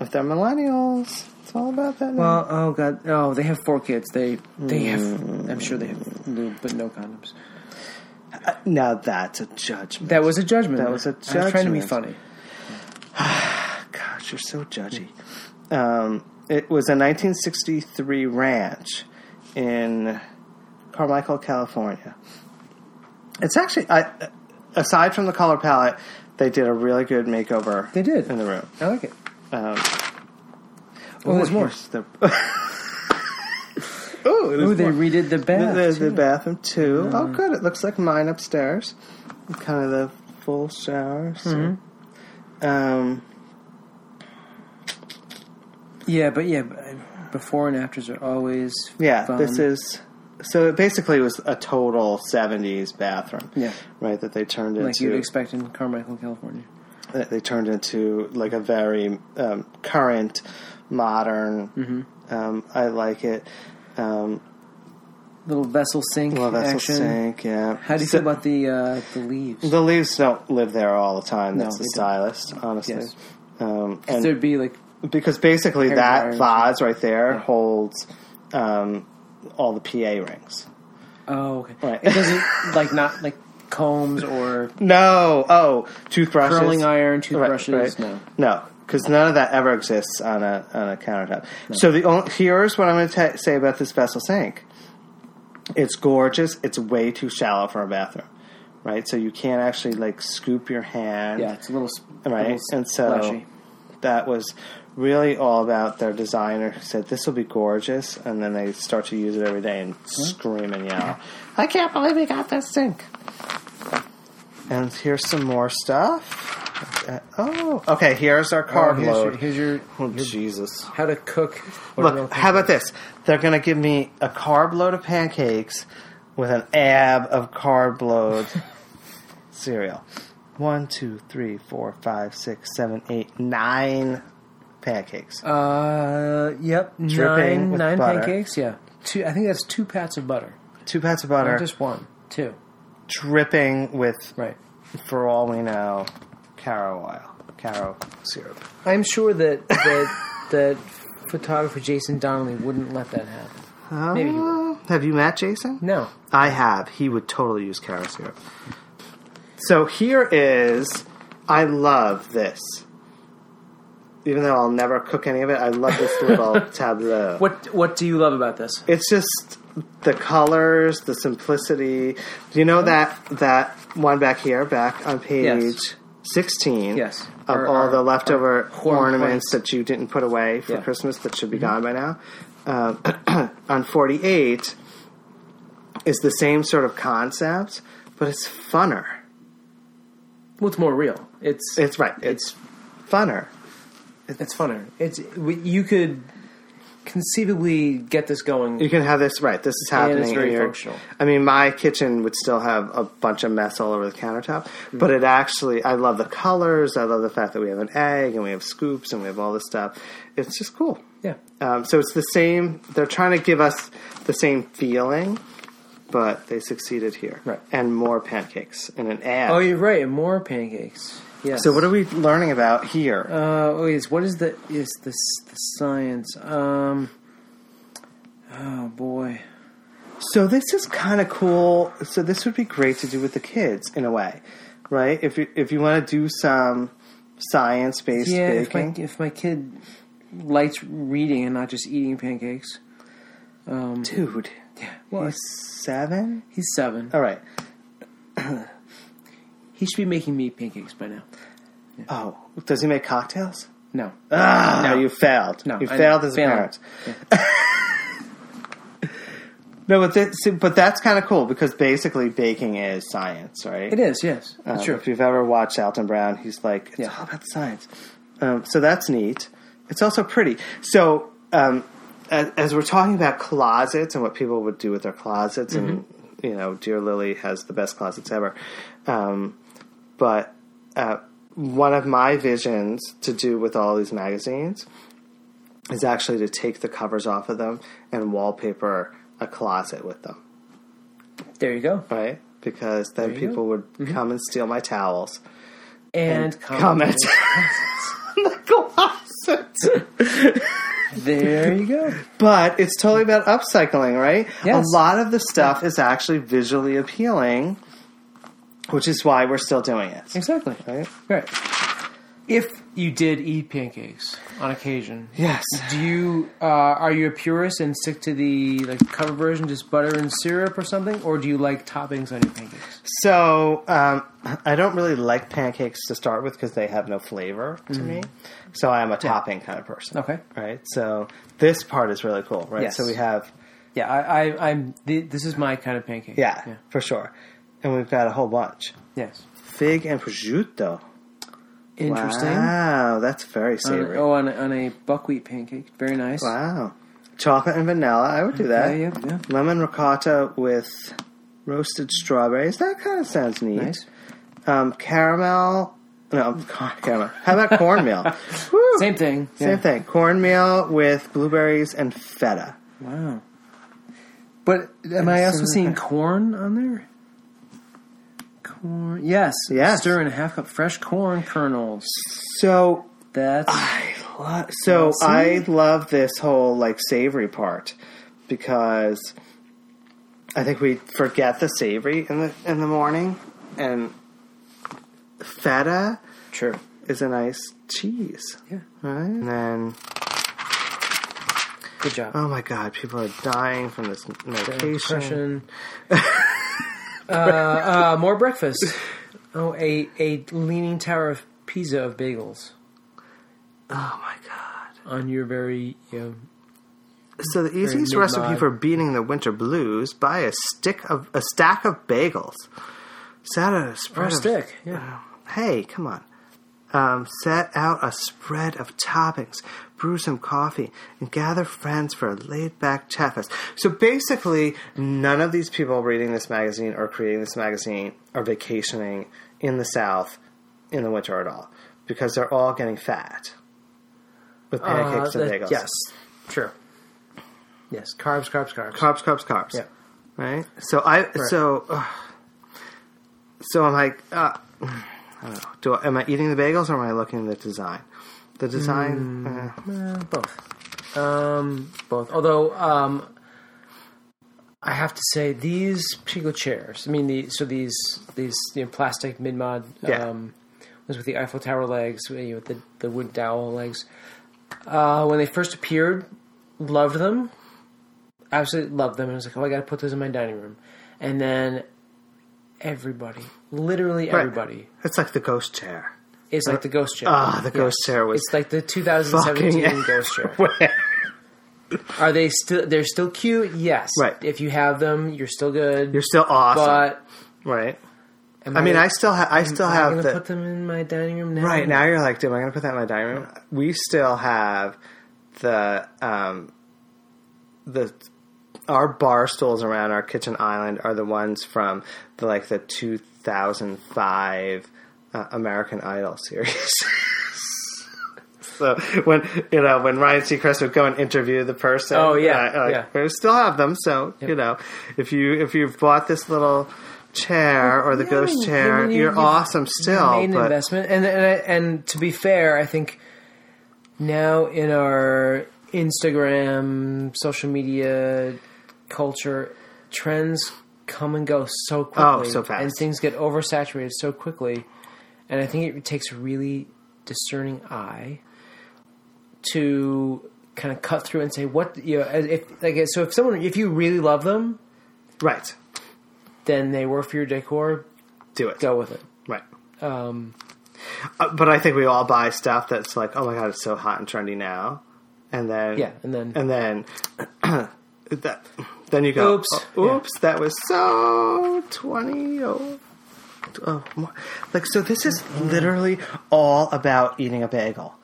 if they're millennials, it's all about that. now. Well, oh god, oh they have four kids. They they Mm. have. I'm sure they have lube, but no condoms. now that's a judgment. That was a judgment. That was a I was trying to be judgment. funny. Gosh, you're so judgy. Um, it was a 1963 ranch in Carmichael, California. It's actually, I, aside from the color palette, they did a really good makeover. They did. in the room. I like it. Um, Oh, there's ooh, more. here's The, Ooh, there's Oh, they more. redid the bath. The, the too. bathroom too. Oh, good. It looks like mine upstairs. Kind of the full shower. So. Mm-hmm. Um. Yeah, but yeah, but, uh, before and afters are always Yeah, fun. this is so it basically was a total '70s bathroom. Yeah. right. That they turned like you'd into expect in Carmichael, California. that they turned into like a very um, current, modern. Mm-hmm. Um, I like it. Um, Little vessel sink well, that's action. a sink. Yeah. How do you So- feel about the uh, the leaves? the leaves? Don't live there all the time. No, That's the they stylist, honestly. Yes. Um, There'd and be like because basically Hair that dryers. vase right there holds um, all the PA rings. oh, okay. Right. It doesn't like not like combs or No. Oh, toothbrushes. curling iron, toothbrushes. No. No, because none of that ever exists on a on a countertop. So the only, here's what I'm going to say about this vessel sink. It's gorgeous. It's way too shallow for a bathroom, right? So you can't actually like scoop your hand, Yeah, it's a little sp- a right? little And so splashy. that was really all about their designer who said this will be gorgeous, and then they start to use it every day and scream and yell, Hmm? "I can't believe we got this sink!" And here's some more stuff. Uh, Oh, okay. Here's our Oh, carb here's your, load. here's your oh, Jesus. how to cook. What a real Look, cook how about is. this? They're going to give me a carb load of pancakes with an ab of carb load cereal. One, two, three, four, five, six, seven, eight, nine pancakes. Uh, yep, Dripping nine with nine butter. pancakes. Yeah, two. I think that's two pats of butter. Two pats of Not butter, just one, two. dripping with, Right. for all we know, caro oil, caro syrup. I'm sure that that that photographer Jason Donnelly wouldn't let that happen. Maybe he Uh, have you met Jason? No. I have. He would totally use carrot syrup. So here is, I love this. Even though I'll never cook any of it, I love this little tableau. What What do you love about this? It's just the colors, the simplicity. You know that that one back here, back on page Yes. sixteen. Yes. of Our- all our- the leftover horn ornaments points. that you didn't put away for Yeah. Mm-hmm. Christmas that should be gone by now. Um, on forty eight is the same sort of concept, but it's funner. well, it's more real. It's It's right. It's, funner. it's funner. It's we- you could conceivably get this going. You can have this right. This is And happening. it's very in your- functional. I mean, my kitchen would still have a bunch of mess all over the countertop, Mm-hmm. but it actually. I love the colors. I love the fact that we have an egg and we have scoops and we have all this stuff. It's just cool. yeah, Um, so it's the same. They're trying to give us the same feeling, but they succeeded here. Right. And more pancakes and an ad. Oh, you're right. and More pancakes. Yes. So what are we learning about here? Uh, oh yes. What is the is this the science? Um. Oh boy. So this is kind of cool. So this would be great to do with the kids in a way, right? If you if you want to do some science based Yeah. If my baking, if my kid likes reading and not just eating pancakes, dude, yeah. Well, he's seven. he's seven. All right. He should be making me pancakes by now. Oh, does he make cocktails? No. Ah, you failed. No, you I failed know. as a Failing. parent. no, but that, see, but that's kind of cool because basically baking is science, right? It is. Yes. Um, That's true. If you've ever watched Alton Brown, he's like, it's Yeah. all about science. Um, so that's neat. It's also pretty. So um, as, as we're talking about closets and what people would do with their closets, and Mm-hmm. you know, Dear Lily has the best closets ever. Um, but uh, one of my visions to do with all these magazines is actually to take the covers off of them and wallpaper a closet with them There you go. right? Because then There you Mm-hmm. people would come and steal my towels. And, Comment comment. on the closet. There you go. But it's totally about upcycling, right? Yes. A lot of the stuff is actually visually appealing, which is why we're still doing it. Exactly. Right? Right. If you did eat pancakes on occasion, Yes. do you uh, are you a purist and stick to the like cover version, just butter and syrup or something, or do you like toppings on your pancakes? So um, I don't really like pancakes to start with because they have no flavor to me. So I am a topping kind of person. Mm-hmm. Okay. Right. So this part is really cool, right? Yes. So we have Yeah, I, I I'm th- this is my kind of pancake. yeah, yeah, for sure, and we've got a whole bunch. yes. Fig and prosciutto. Interesting. Wow, that's very On savory. a, oh, on a, on a buckwheat pancake, very nice. Wow. Chocolate and vanilla. I would do that. Yeah, yeah, yeah. Lemon ricotta with roasted strawberries. That kind of sounds neat. Nice. Um, caramel. No, car- caramel. How about cornmeal? Woo! Same thing. Same yeah. thing. Cornmeal with blueberries and feta. Wow. But am I also Same seeing thing. corn on there? Corn. Yes. Yes. Stir in a half cup fresh corn kernels. So That's I lo- so see? I love this whole like savory part because I think we forget the savory in the in the morning and feta true. is a nice cheese. Yeah. Right? And then Good job. oh my god, people are dying from this medication. Depression. uh, uh, more breakfast. Oh, a a leaning tower of pizza of bagels Oh my god. on your very you know, So the easiest mid-mod. recipe for beating the winter blues, buy a stick of a stack of bagels. Set a spread or of stick. Yeah. Hey, come on. Um, set out a spread of toppings, brew some coffee, and gather friends for a laid back chat fest. So basically, none of these people reading this magazine or creating this magazine are vacationing in the South in the winter at all because they're all getting fat with pancakes Uh, and that- bagels. Yes. True. Yes. Carbs. Carbs. Carbs. Carbs, carbs, carbs. Yeah. Right? So I, so, ugh. so I'm like, uh, I don't know. Do I, am I eating the bagels or am I looking at the design? The design, eh. Uh, both. Um, both. Although, um, I have to say these particular chairs. I mean, the so these these you know, plastic mid mod Yeah. um, ones with the Eiffel Tower legs, you know, with the the wood dowel legs. Uh, when they first appeared, loved them. Absolutely loved them. I was like, oh, I got to put those in my dining room. And then everybody, literally everybody, it's like the ghost chair. is like the ghost chair. Ah, the ghost chair was It's like the 2017 fucking ghost chair. Are they still? They're still cute. Yes. Right. If you have them, you're still good. You're still awesome. but right. I mean, I still ha- I still am I have gonna the put them in my dining room now. Right now, you're like, dude, am I going to put that in my dining room? We still have the um, the our bar stools around our kitchen island are the ones from the like the 2005 uh, American Idol series. So when you know when Ryan Seacrest would go and interview the person, uh, Oh, yeah, like, yeah. we still have them. So you know, if you if you've bought this little chair or the Yeah, I ghost mean, chair, I mean, you- you're you've- awesome still. made an but investment, and and, I- and to be fair, I think now in our Instagram social media culture, trends come and go so quickly, Oh, so fast. and things get oversaturated so quickly, and I think it takes a really discerning eye to kind of cut through and say what you know as if like so if someone if you really love them Right. then they work for your decor Do it. go with it Right. um Uh, but I think we all buy stuff that's like, oh my god, it's so hot and trendy now, and then Yeah, and then- and then that then you go, Oops. oh, oops, that was so twenty oh. Oh, mo- like so this is literally all about eating a bagel.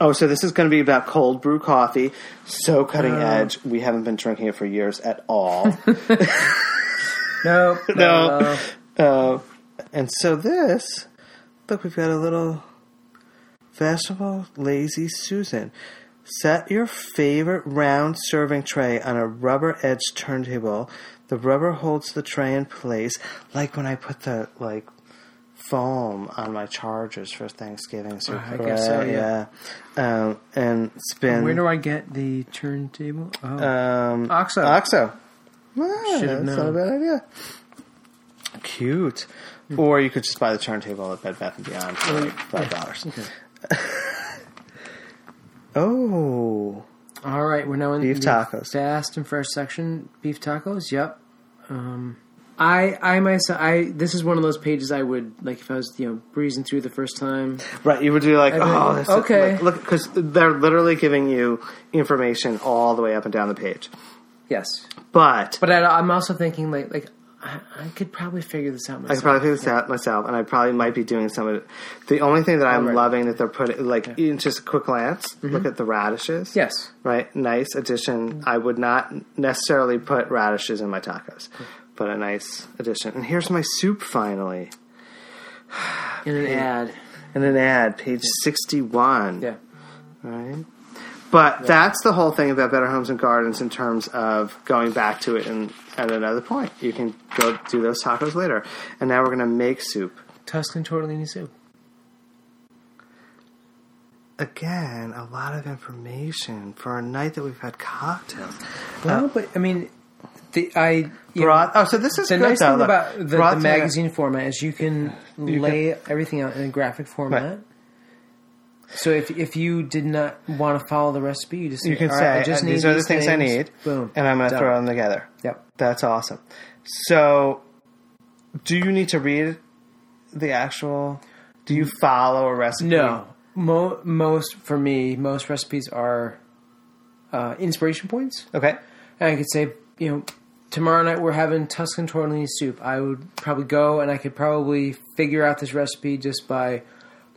Oh, so this is going to be about cold brew coffee, so cutting edge. We haven't been drinking it for years at all. no No. Uh, and so this, look, we've got a little vegetable lazy Susan. Set your favorite round serving tray on a rubber edged turntable. The rubber holds the tray in place, like when I put the like foam on my chargers for Thanksgiving. So I guess so, yeah. Um, and spin. Where do I get the turntable? Oh, Um, Oxo. Oxo. Ah, Should have that's not a known. bad idea. Hmm. Cute. Or you could just buy the turntable at Bed Bath and Beyond for like five dollars. oh, all right. We're now in Beef the tacos. fast and fresh section. Beef tacos. Yep. Um, I I myself I this is one of those pages I would like if I was you know breezing through the first time. right. You would be like, be like, oh, that's okay. like, look, because they're literally giving you information all the way up and down the page. Yes, But but I, I'm also thinking like like I, I could probably figure this out I could myself. probably figure this out myself, and I probably might be doing some of it. The only thing that I'm Oh, right. Mm-hmm. loving that they're putting, like, in just a quick glance, look at the radishes. yes. Mm-hmm. right? Nice addition. I would not necessarily put radishes in my tacos, but a nice addition. And here's my soup finally. In an ad. And an ad, page 61. Yeah. Right? But that's the whole thing about Better Homes and Gardens in terms of going back to it and at another point. You can go do those tacos later. And now we're going to make soup. Tuscan tortellini soup. Again, a lot of information for a night that we've had cocktails. Well, but I mean, the I you Broth. Oh, so this is The good, nice though. thing Look, about the, the broth tomato- magazine format is you can lay everything out in a graphic format. Right. So if if you did not want to follow the recipe, you just you can "All say right, I just and need these are the things, I need, Boom, and I'm going to Done. throw them together. Yep. That's awesome. So, do you need to read the actual? Do you follow a recipe? No, Mo- most for me, most recipes are uh, inspiration points. Okay. And I could say, you know, tomorrow night we're having Tuscan tortellini soup. I would probably go and I could probably figure out this recipe just by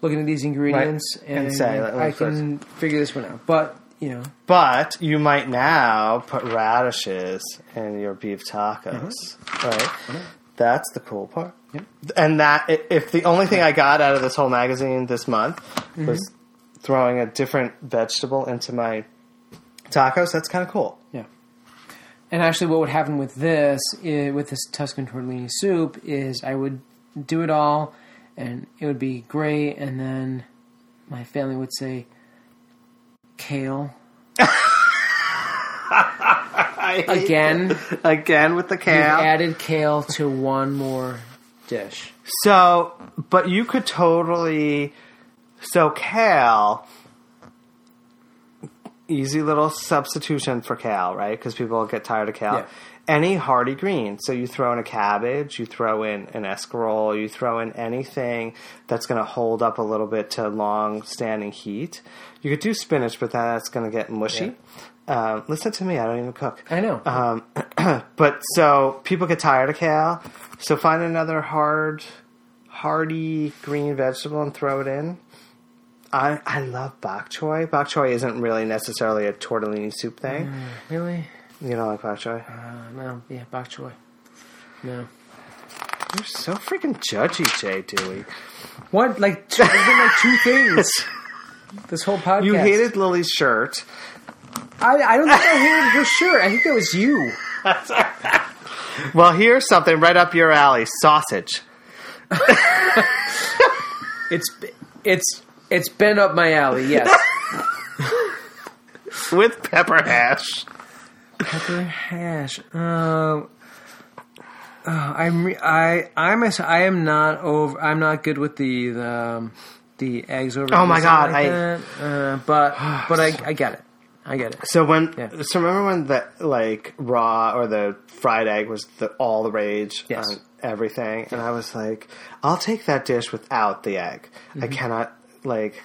looking at these ingredients and, And say, like, I like can figure this one out. But you know, But you might now put radishes in your beef tacos, right? That's the cool part. And that i- if the only thing I got out of this whole magazine this month was throwing a different vegetable into my tacos, that's kind of cool. yeah. And actually, what would happen with this, i with this Tuscan tortellini soup, is I would do it all, and it would be great. And then my family would say, "Kale I hate again." again with the We've cam. added kale to one more dish. so, but you could totally. So kale, easy little substitution for kale, right? Because people get tired of kale. Yeah. Any hearty green. So you throw in a cabbage, you throw in an escarole, you throw in anything that's going to hold up a little bit to long standing heat. You could do spinach, but that's going to get mushy. Um, listen to me, I don't even cook. I know. Um, but so people get tired of kale, so find another hard hearty green vegetable and throw it in. I, I love bok choy. Bok choy isn't really necessarily a tortellini soup thing. Mm. Really? You don't like bok choy? Uh, no. Yeah, bok choy. No. You're so freaking judgy, Jay Dewey. What? Like two, there's been, like two things. This whole podcast. You hated Lily's shirt. I, I don't think I hated your shirt. I think that was you. Well, here's something right up your alley: sausage. It's it's it's been up my alley. Yes. with pepper hash. Pepper hash. Um. uh, I'm re- I I'm a, I am not over. I'm not good with the the, um, the eggs over. Oh my something God, Like I- that. Uh, but but I I get it. I get it. So when Yeah. so remember when the like raw or the fried egg was the all the rage Yes. on everything, and I was like, I'll take that dish without the egg. I Mm-hmm. cannot like,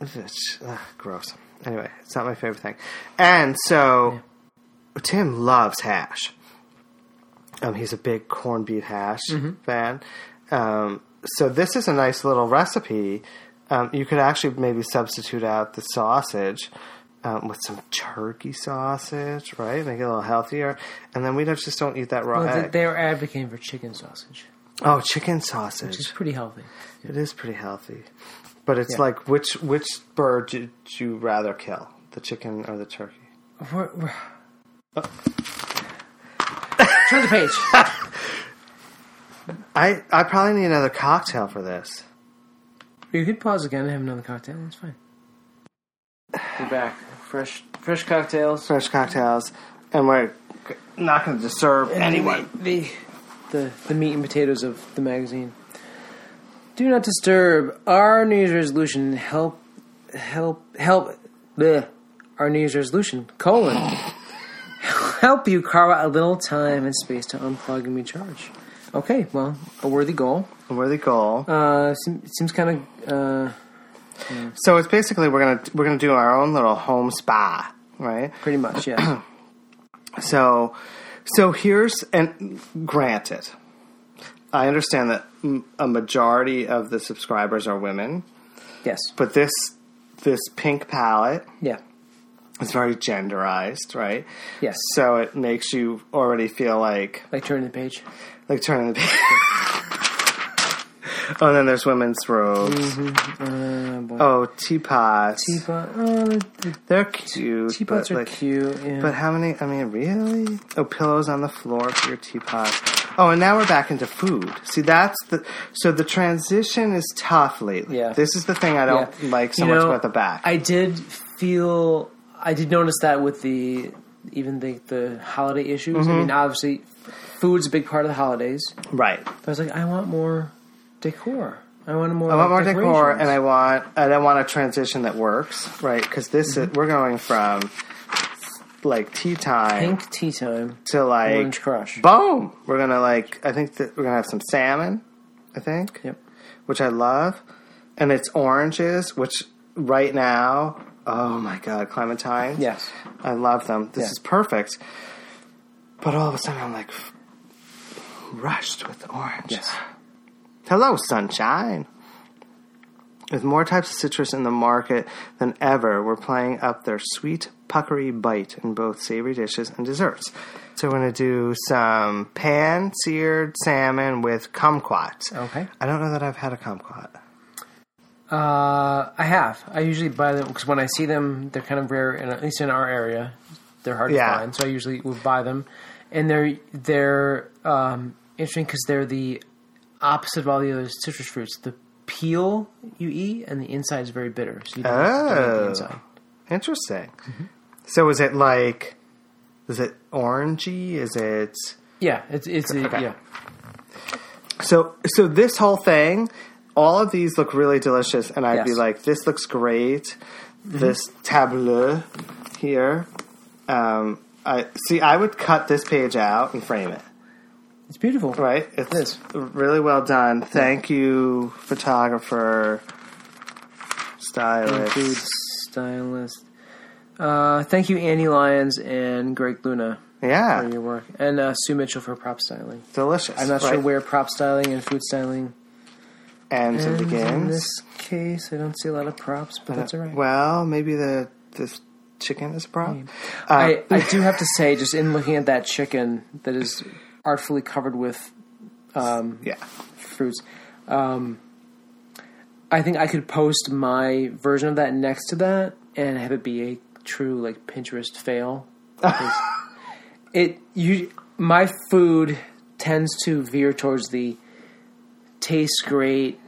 it's- ugh, gross. Anyway, it's not my favorite thing. And so Tim loves hash. Um, he's a big corned beef hash fan. Um, so this is a nice little recipe. Um, you could actually maybe substitute out the sausage um, with some turkey sausage, right? Make it a little healthier, and then we don't, just don't eat that raw Well, they, egg. they're advocating for chicken sausage, oh, chicken which is sausage. pretty healthy. It is pretty healthy, but it's Yeah. like which which bird did you rather kill, the chicken or the turkey? We're, we're... Turn the page. I I probably need another cocktail for this. you could pause again and have another cocktail. That's fine. We're back. Fresh, fresh cocktails. Fresh cocktails, and we're not going to disturb anyone. the, the the meat and potatoes of the magazine. Do not disturb. Our New Year's resolution help help help. Bleh. Our New Year's resolution colon help you carve out a little time and space to unplug and recharge. Okay, well, a worthy goal. Worthy goal. Uh, seem- it seems kind of uh, So it's basically we're gonna we're gonna do our own little home spa, right? pretty much, yeah. So, so here's and granted, I understand that m- a majority of the subscribers are women, yes, but this this pink palette yeah, is very genderized, right? yes. So it makes you already feel like Like turning the page. like turning the page. oh, and then there's women's robes. Uh, boy. Oh, teapots. Teapot. Oh, the, the They're cute. teapots but, are like, cute. Yeah. But how many? I mean, really? Oh, pillows on the floor for your teapot. Oh, and now we're back into food. See, that's the so the transition is tough lately. Yeah. This is the thing I don't Yeah. like so You much know, about the back. I did feel I did notice that with the even the the holiday issues. Mm-hmm. I mean, obviously, food's a big part of the holidays. But right. I was like, I want more decor. I want more. I want more decor, and I want and I want a transition that works, right? Because this Mm-hmm. is we're going from like tea time pink tea time. to like Orange Crush. Boom. We're gonna like. I think that we're gonna have some salmon. I think. Yep. which I love, and it's oranges, which right now, oh my god, clementines. Yes. I love them. This Yeah. is perfect. But all of a sudden, I'm like rushed with the orange. Yes. Hello, sunshine. With more types of citrus in the market than ever, we're playing up their sweet, puckery bite in both savory dishes and desserts. So we're going to do some pan-seared salmon with kumquat. Okay. I don't know that I've had a kumquat. Uh, I have. I usually buy them because when I see them, they're kind of rare, and at least in our area, they're hard Yeah. to find. So I usually would buy them, and they're they're um, interesting because they're the opposite of all the other citrus fruits. The peel you eat, and the inside is very bitter. So you don't have to eat the Oh. inside. Interesting. So is it like, is it orangey? Is it Yeah, it's it's a- Okay. yeah. so? So this whole thing, all of these look really delicious, and I'd be Yes. Mm-hmm. like, this looks great. This tableau here, um, I see. I would cut this page out and frame it. It's beautiful. Right, it's Yes. really well done. Thank you, photographer, stylist. Food stylist. Uh, thank you, Annie Lyons and Greg Luna Yeah, for your work, and uh, Sue Mitchell for prop styling. delicious. I'm not sure right? where prop styling and food styling ends and In begins. this case, I don't see a lot of props, but that's all right. Well, maybe the this chicken is a problem. Uh, I, I do have to say, just in looking at that chicken that is artfully covered with yeah. fruits, um, I think I could post my version of that next to that and have it be a true like Pinterest fail. 'Cause it you my food tends to veer towards the tastes great.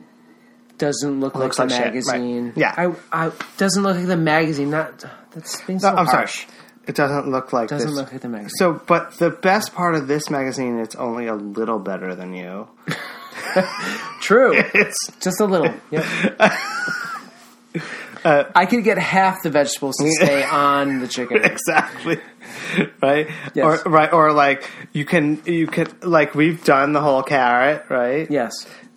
Doesn't look Looks like the like shit, right. magazine. Yeah. I, I doesn't look like the magazine. Not that's being so No, I'm harsh. sorry. It doesn't look like Doesn't this. look like the magazine. So, but the best part of this magazine, it's only a little better than you. True. It's Just a little. Yep. Uh, I could get half the vegetables to stay on the chicken. exactly right Yes. or right or like you can you can like we've done the whole carrot right Yes.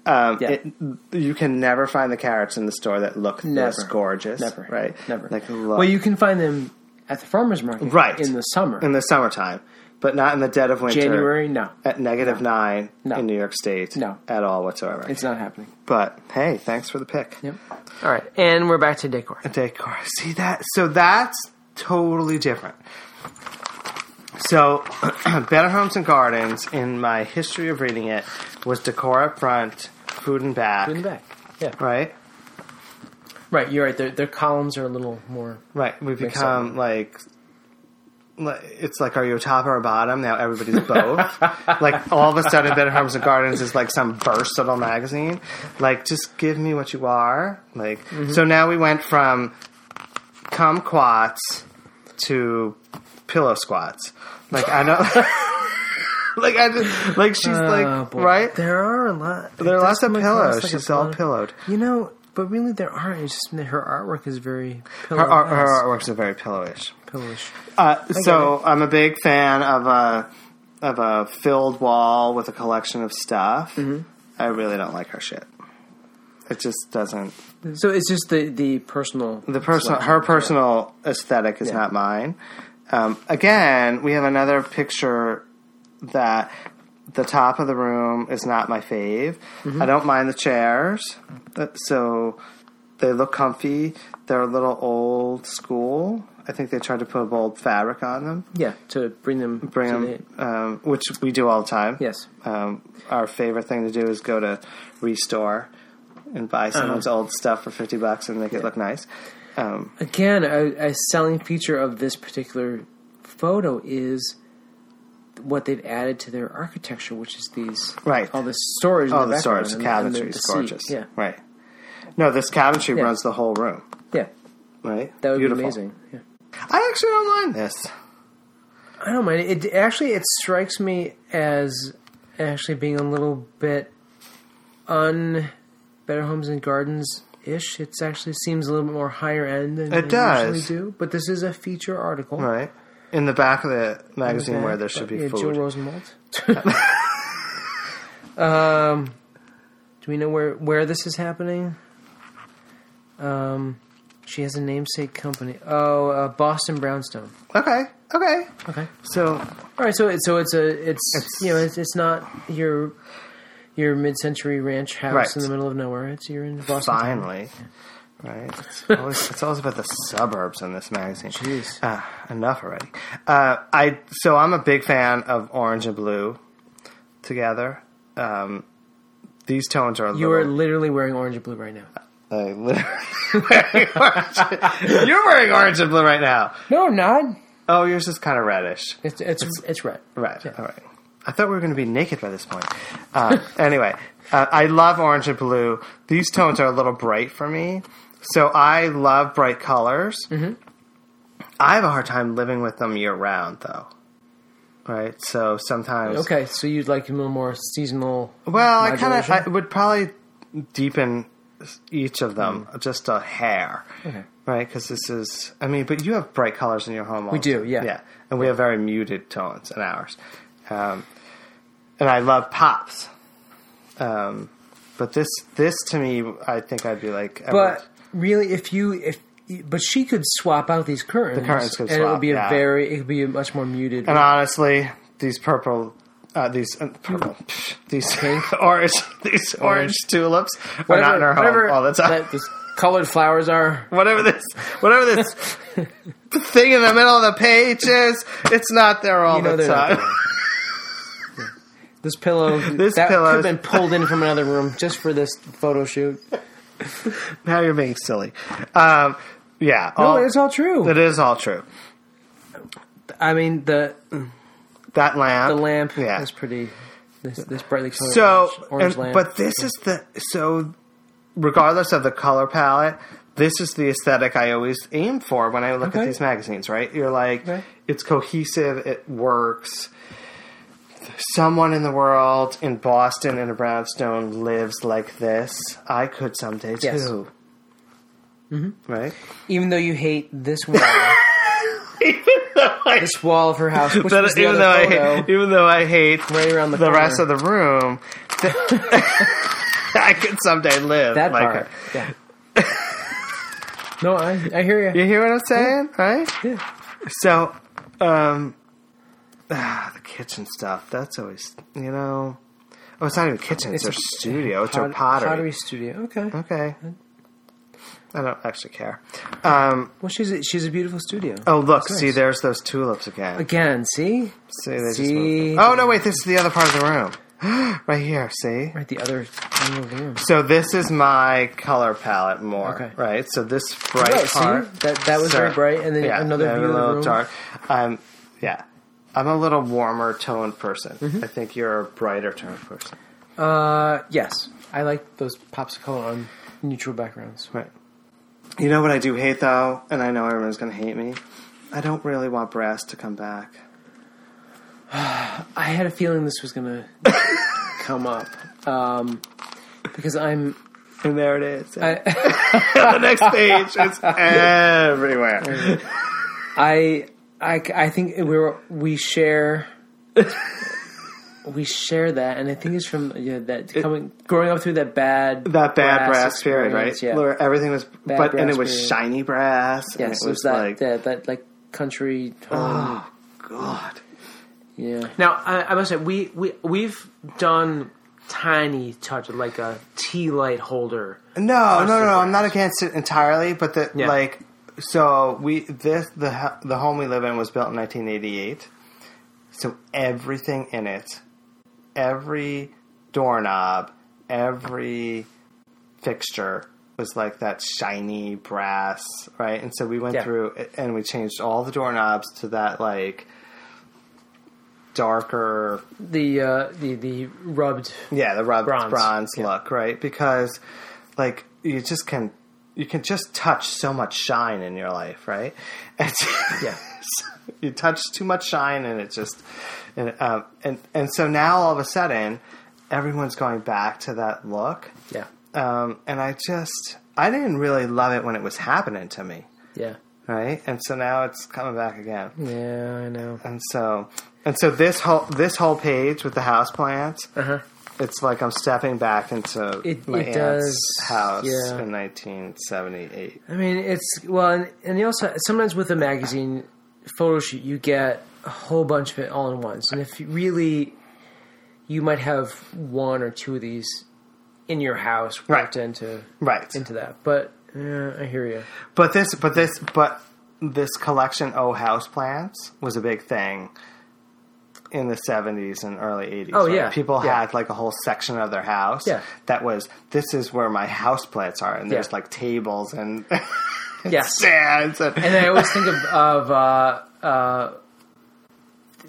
um yeah. it, you can never find the carrots in the store that look this Never. gorgeous Never. right Never. like look, well, you can find them at the farmer's market Right. in the summer. in the summertime but not in the dead of winter January, no. at negative nine No. in New York State No. at all whatsoever It's not happening. but hey thanks for the pick Yep. All right. And we're back to decor. decor. See that? So that's totally different. So, Better Homes and Gardens, in my history of reading it, was decor up front, food and back. In the back. Yeah. Right? Right. You're right. Their, their columns are a little more. Right. We Mix become like. like- It's like, are you a top or a bottom? Now everybody's both. like, all of a sudden, Better Homes and Gardens is like some versatile magazine. Like, just give me what you are. Like, Mm-hmm. so now we went from kumquats to pillow squats. Like, I don't. like, I just. Like, she's Oh, like, boy. right? There are a lot. There are lots of does come across pillows. like a she's all pillow. pillowed. You know, but really there aren't. It's just that her artwork is very pillow Her, art, her artworks are very pillowish. pillowish. Uh, so I'm a big fan of a of a filled wall with a collection of stuff. I really don't like her shit. It just doesn't. So it's just the the personal. The personal, her personal aesthetic is not mine. Um, again, we have another picture that the top of the room is not my fave. I don't mind the chairs, but- so they look comfy. They're a little old school. I think they tried to put a bold fabric on them. yeah to bring them bring to 'em, the- um, which we do all the time. yes. Um, our favorite thing to do is go to Restore and buy someone's Uh-huh. old stuff for 50 bucks and make it look nice. Um, Again, a, a selling feature of this particular photo is what they've added to their architecture, which is these Right. all this storage, in oh, the background storage, the and and the- cabinetry the is seat. gorgeous. Yeah, Right. No, this cabinetry Yeah. runs the whole room, yeah, right? that would Beautiful. be amazing. Yeah. I actually don't mind this. I don't mind it. It- Actually, it strikes me as actually being a little bit un Better Homes and Gardens ish. It actually seems a little bit more higher end than It we does. usually do. But this is a feature article, Right. In the back of the magazine Yeah, where there should be yeah, Joe food. Rosenwald. um, do we know where where this is happening? Um, she has a namesake company. Oh, uh, Boston Brownstone. okay. Okay. Okay. So, All right, so it, so it's a it's, It's- you know it's, it's not your your mid century ranch house Right. in the middle of nowhere. It's you're in Boston. finally. Right, it's always, it's always about the suburbs in this magazine. Jeez. Uh, enough already. Uh, I so I'm a big fan of orange and blue together. Um, these tones are a You are little. literally wearing orange and blue right now. I literally wearing orange. You're wearing orange and blue right now. No, I'm not. Oh, yours is kind of reddish. It's it's it's, red. Red. All right. I thought we were going to be naked by this point. Uh, anyway, uh, I love orange and blue. These tones are a little bright for me, so I love bright colors. I have a hard time living with them year round, though. Right, so sometimes Okay, so you'd like a little more seasonal. Well, I kind of Modulation? I would probably deepen each of them just a hair, Mm. Okay. right? Because this is, I mean, but you have bright colors in your home. We do, yeah. yeah, and we have very muted tones in ours. Um, and I love pops, um, but this this to me, I think I'd be like, I would- But really, if you if but she could swap out these curtains, curtains could and it swap, would be a yeah. very it would be a much more muted. and honestly, these purple uh, these uh, purple, these orange, these orange tulips are Whatever- not in our whatever home all the time. That this colored flowers are. whatever this, whatever this thing in the middle of the page is, it's not there all You know the they're not time. This pillow. This that pillow is- could have been pulled in from another room just for this photo shoot. now you're being silly. Um, yeah, all, no, Oh, it's all true. it is all true. I mean the That lamp, the lamp yeah. is pretty. This, this brightly colored so orange, orange and- lamp. but this is the so regardless of the color palette this is the aesthetic i always aim for when i look at Okay. these magazines right you're like Okay. it's cohesive it works someone in the world in boston in a brownstone lives like this i could someday too Yes. Mm-hmm. right even though you hate this wall, this wall of her house, which But was the even other though I photo, hate, even though I hate right around the, the corner. rest of the room, I could someday live that like part. her. Yeah. no, I I hear you. You hear what I'm saying, right? Yeah. So, um, ah, the kitchen stuff. That's always, you know. Oh, it's not even kitchen. It's, It's our a- studio. It's our Pot- pottery. studio. Okay. Okay. I don't actually care. Um, Well, she's a, she's a beautiful studio. oh, look. That's See, nice. there's those tulips again. Again, see, See, they just see? moved them. Oh, no, wait. This is the other part of the room. right here. See? right the other end of the room. So this is my color palette more, Okay. right? So this bright Right, see? part That- that was very bright, and then another and view of the a little room. dark. Um, yeah, I'm a little warmer toned person. Mm-hmm. I think you're a brighter toned person, Uh, yes, I like those popsicle on neutral backgrounds. right? You know what I do hate though, and I know everyone's going to hate me. I don't really want brass to come back. I had a feeling this was gonna come up um, because I'm And there it is. I, the next page is everywhere. I I I think we're we share. We share that, and I think it's from yeah, that coming growing up through that bad That bad brass, period, right? experience, Yeah, Where everything was, but and brass it was period. shiny brass. and Yes, it was that like, that, that like country home. oh god. yeah. Ah. Now, I, I must say, we, we, we've done tiny touch, like a tea light holder. No, no, no, the no. grass. I'm not against it entirely, but the Yeah. like. So we this the ho- the home we live in was built in 1988. So everything in it, every doorknob, every fixture was like that shiny brass, right? And so we went Yeah. through and we changed all the doorknobs to that like darker The uh, the the rubbed yeah, the rubbed bronze, Bronze. look, right? Because like you just can you can just touch so much shine in your life, right? And Yeah. you touch too much shine, and it just and um, and and so now all of a sudden everyone's going back to that look, yeah um, and I just I didn't really love it when it was happening to me, yeah right? And so now it's coming back again. yeah I know And so, and so this whole this whole page with the house plants, Uh-huh. it's like I'm stepping back into It- my it aunt's does, house yeah. in 1978. I mean it's well and, and you also sometimes with a magazine photo shoot you get a whole bunch of it all in once and if you really you might have one or two of these in your house worked Right. into Right, into that but yeah I hear you but this, but this, but this collection, oh, house plants, was a big thing in the 70s and early 80s. Oh, right? yeah. people Yeah. had like a whole section of their house. Yeah. that was this is where my house plants are, and there's Yeah. like tables and yes stands and, And I always think of, of uh, uh,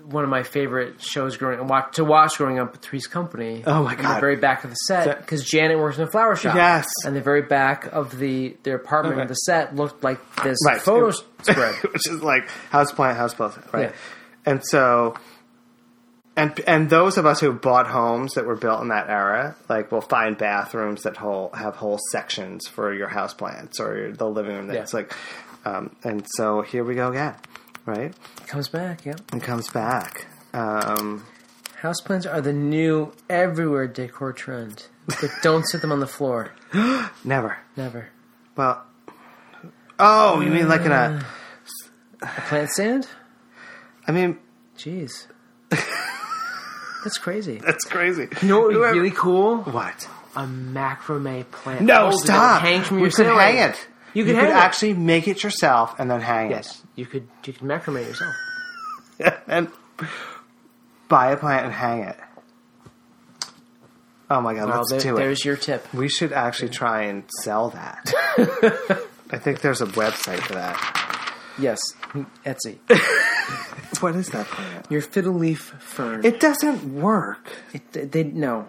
one of my favorite shows growing watch, to watch growing up, Three's Company. Oh my In God. the very back of the set, because Janet works in a flower shop. Yes. and the very back of the their apartment, Okay. the set looked like this Right. photo It- spread. which is like houseplant, houseplant, right? Yeah. And so, and and those of us who bought homes that were built in that era, like, will find bathrooms that whole have whole sections for your houseplants or your, the living room. That's Yeah. like, um, and so here we go again, right? Comes back, yeah. And comes back. Um, Houseplants are the new everywhere decor trend, but don't sit them on the floor. never. Never. Well, oh, you mean like in a? A plant stand? I mean, Jeez. That's crazy. That's crazy. You know what would be really cool? What? A macrame plant. No, Oh, that stop. would Hang from you your could ceiling. hang it. You could hang it. actually make it yourself and then hang Yes, you could. You could macrame yourself. it. and buy a plant and hang it. Oh my god, Well, let's there- do it. there's your tip. We should actually try and sell that. I think there's a website for that. Yes, Etsy. What is that plant? Your fiddle leaf fern. It doesn't work. It, they no,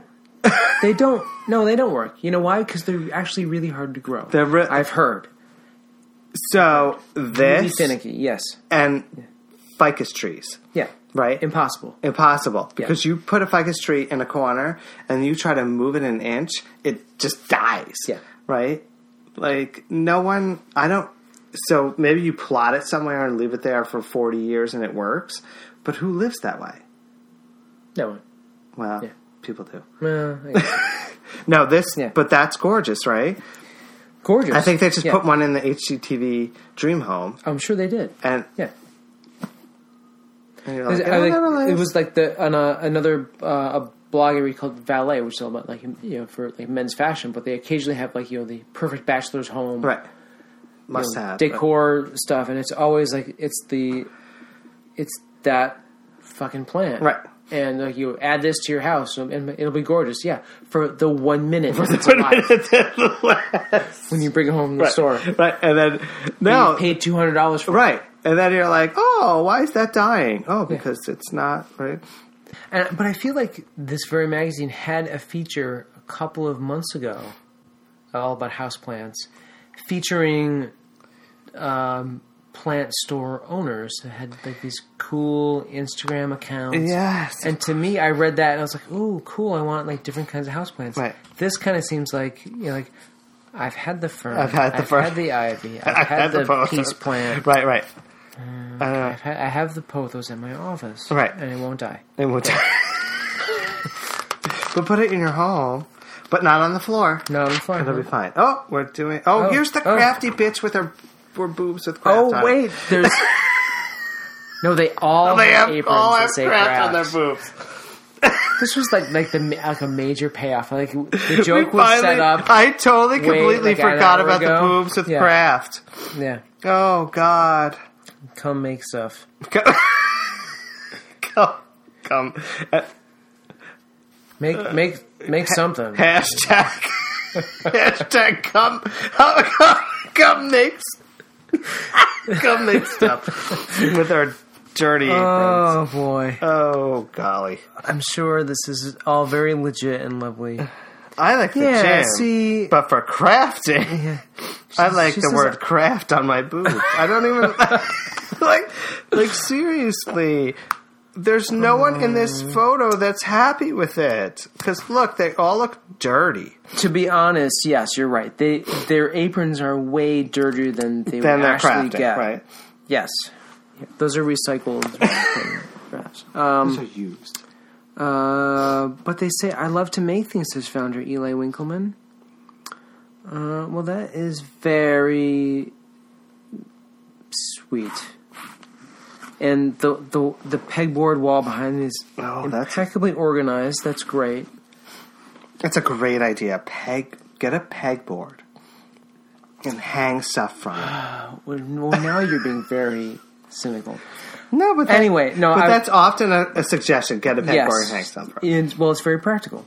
they don't. No, they don't work. You know why? Because they're actually really hard to grow. They're re- I've heard So really this finicky. Yes, and ficus trees, yeah, right? impossible. Impossible. Because you put a ficus tree in a corner and you try to move it an inch, it just dies. Yeah. Right? Like, no one, I don't, so maybe you plot it somewhere and leave it there for 40 years and it works, but who lives that way? No one. Well, people do. Well, I guess. No, this, Yeah. but that's gorgeous, right? gorgeous. I think they just Yeah. put one in the HGTV Dream Home I'm sure they did. and, Yeah. and you're I like, like- "Oh, nice." it was like the on a, another uh, a blog I read called Valet, which is all about like you know for like men's fashion, but they occasionally have like you know the perfect bachelor's home, right. Must know, have. decor stuff, and it's always like it's the it's that fucking plant, Right. And like you add this to your house, and and it'll be gorgeous. Yeah, for the one minute it's Put alive, it at the last. when you bring it home from the store, Right. And then, no. you paid two hundred dollars for. it. Right. And then you're like, oh, why is that dying? Oh, because it's not, right? And, but I feel like this very magazine had a feature a couple of months ago, all about houseplants, featuring um, plant store owners that had like these cool Instagram accounts. Yes. And to me, I read that and I was like, "Ooh, cool! I want like different kinds of houseplants." Right. This kind of seems like you know, like I've had the fern, I've had the I've fern. had the ivy, I've, had, the, poster. peace plant, Right, right. Uh, I've had, I have the pothos in my office, Right. And it won't die. And we'll but put it in your home, but not on the floor. No, I'm fine. It'll be fine. Oh, we're doing. Oh, Oh, here's the oh. crafty bitch with her, her boobs with crafts on it. Oh wait, there's no. They all They have, have aprons all that have say crafts on their crafts. boobs. This was like like the ma- like a major payoff. Like the joke We was finally- set up. I totally way, completely like, an forgot hour about the ago. boobs with Yeah. craft. yeah, Oh God. come make stuff. Come, come, come. Uh, Make make make something. hashtag, hashtag. Come, come, come, come make, s- come make stuff with our dirty aprons. Oh boy, oh golly, I'm sure this is all very legit and lovely. I like the Yeah, Uh, jam, see- but for crafting, I like she the says word it- craft on my boobs. I don't even like, like seriously. There's no one in this Oh. photo that's happy with it because look, they all look dirty. To be honest, yes, you're right. They their aprons are way dirtier than they Then would they're actually crafting, get. right? Yes, those are recycled. crafts. um, Those are used. Uh, but they say, I love to make things, says founder Eli Winkleman. Uh, well, that is very sweet. And the, the, the pegboard wall behind me is Oh, that's- impeccably organized. That's great. That's a great idea. Peg, get a pegboard and hang stuff from it. Well, well, now you're being very cynical. No, but that- Anyway, no, but I- that's often a, a suggestion. Get a pegboard and hang yes. stuff from it. And, well, it's very practical.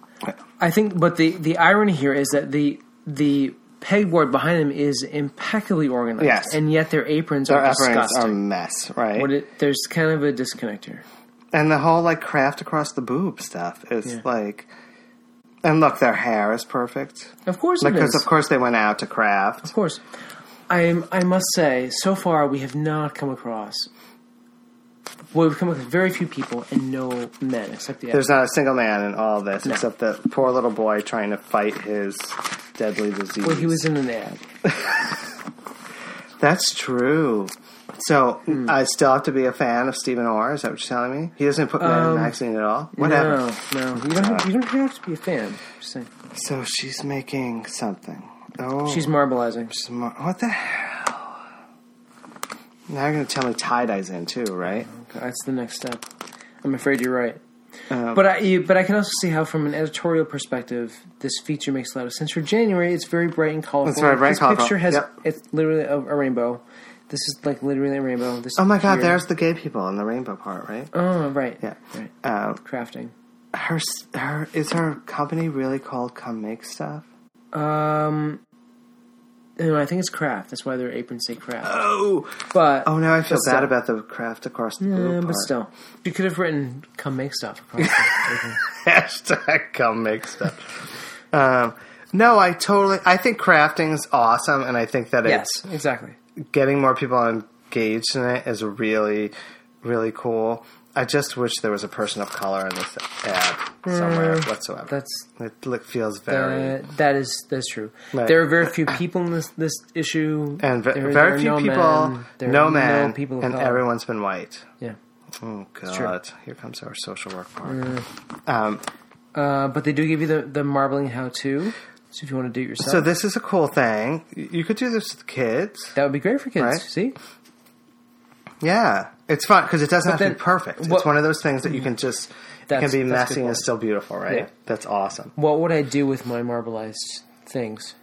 I think, but the, the irony here is that the the pegboard behind them is impeccably organized, Yes. and yet their aprons Their are efforts disgusting. are a mess, right? What it, there's kind of a disconnect here. and the whole like craft across the boob stuff is Yeah. like. And look, their hair is perfect Of course, it because is. of course they went out to craft. Of course, I I must say, so far we have not come across. Well, we've come across very few people and no men except the There's not a single man in all this except the poor little boy trying to fight his deadly disease. well, he was in an ad. That's true. So Hmm. I still have to be a fan of Stephen Orr. Is that what you're telling me? He doesn't put men Um, in the magazine at all. Whatever. No, no, you don't have, you don't have to be a fan. Just saying. So she's making something. Oh, She's marbleizing. she's mar- what the hell? Now you're gonna tell me tie dyes in too, right? That's the next step. I'm afraid you're right. Um, but I you, but I can also see how, from an editorial perspective, this feature makes a lot of sense. For January, it's very bright and colorful. It's very bright this and colorful. picture has Yep. it's literally a, a rainbow. This is like literally a rainbow. This Oh my god, here. there's the gay people in the rainbow part, right? oh right Yeah. right Um, crafting. her s- her is her company really called Come Make Stuff? Um, no, I think it's craft. That's why their aprons say craft. Oh, but oh! Now I feel But bad still. about the craft across the blue Uh, part. but still, you could have written "Come make stuff." across Hashtag come make stuff. um, no, I totally. I think crafting is awesome, and I think that yes, it's exactly. getting more people engaged in it is really, really cool. I just wish there was a person of color in this ad somewhere whatsoever. That's it look, feels very Uh, that is that's true. Right. There are very few people in this this issue, and ve- There- very there are few no people, men. There are no man, people of and color. everyone's been white. Yeah, Oh true. god! Here comes our social work part. Um, uh, but they do give you the the marbling how to. So if you want to do it yourself, So this is a cool thing. Y- You could do this with kids. that would be great for kids. Right. See, Yeah, it's fun because it doesn't have to then- be perfect. what- it's one of those things that you can just it can That's- be that's a good messy and point. still beautiful, right? Yeah. That's awesome. what would I do with my marbleized things?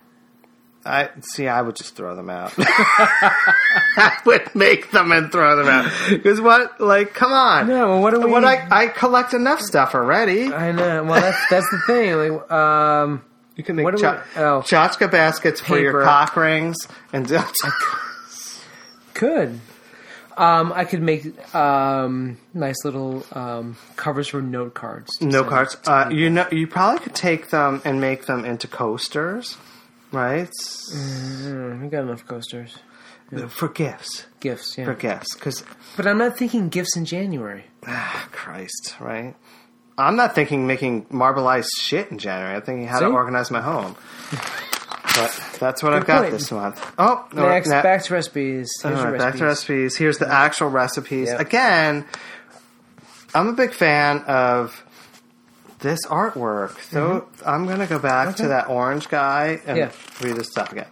I see. I would just throw them out. I would make them and throw them out. Because what? Like, come on. Yeah, well, what do we- What I, I collect enough stuff already. I know. Well, that's that's the thing. Like, um, You can make What do cha- we- oh. tchotchke baskets for your Paper. cock rings and. could. Um, I could make um, nice little um, covers for note cards. No So- cards. Uh, you know, you probably could take them and make them into coasters, right? Mm, we got enough coasters, Mm. For gifts, gifts. Yeah, for gifts, because but I'm not thinking gifts in January. Ah, Christ, right? I'm not thinking making marbleized shit in January. I'm thinking how to See? organize my home. But that's what I've got point. this month. Oh, no, Next, na- back to recipes. Here's all your right, back to recipes. recipes. Here's the actual recipes. Yep. Again, I'm a big fan of this artwork. So I'm going to go back to that orange guy and Mm-hmm. Yeah. read this stuff again.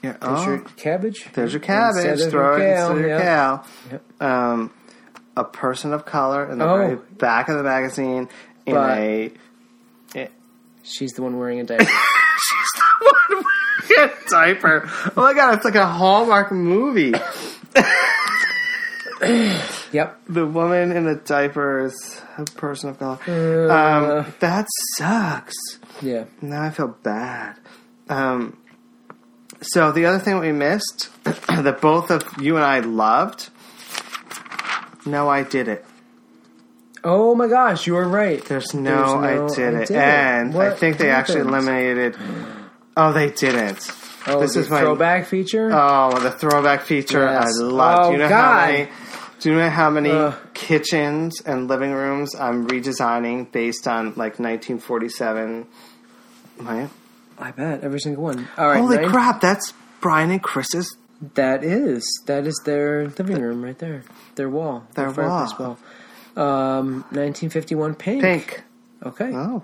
Here, There's oh, your cabbage. there's your cabbage. Instead of Throw it kale, into your yep. cow. Yep. Um, a person of color in the Oh. very back of the magazine in But- a. She's She's the one wearing a diaper. the one wearing a diaper. Oh my god, it's like a Hallmark movie. yep. the woman in the diaper is a person of color. Uh. um, that sucks. Yeah. Now I feel bad. Um, so the other thing we missed that both of you and I loved. No, I did it. Oh my gosh, you were right. There's no, no, I did I it. did it. And I What think they actually happened? eliminated. Oh, they didn't. Oh, this the is my throwback feature. Oh, the throwback feature Yes. I love. Oh, do you know how God. many? Do you know how many Ugh. kitchens and living rooms I'm redesigning based on like 1947? Right? I bet every single one. All right. Holy nine- crap! That's Brian and Chris's. That is that is their living room right there. Their wall. Their fireplace wall. wall. Um, 1951 pink. Pink. Okay. Oh,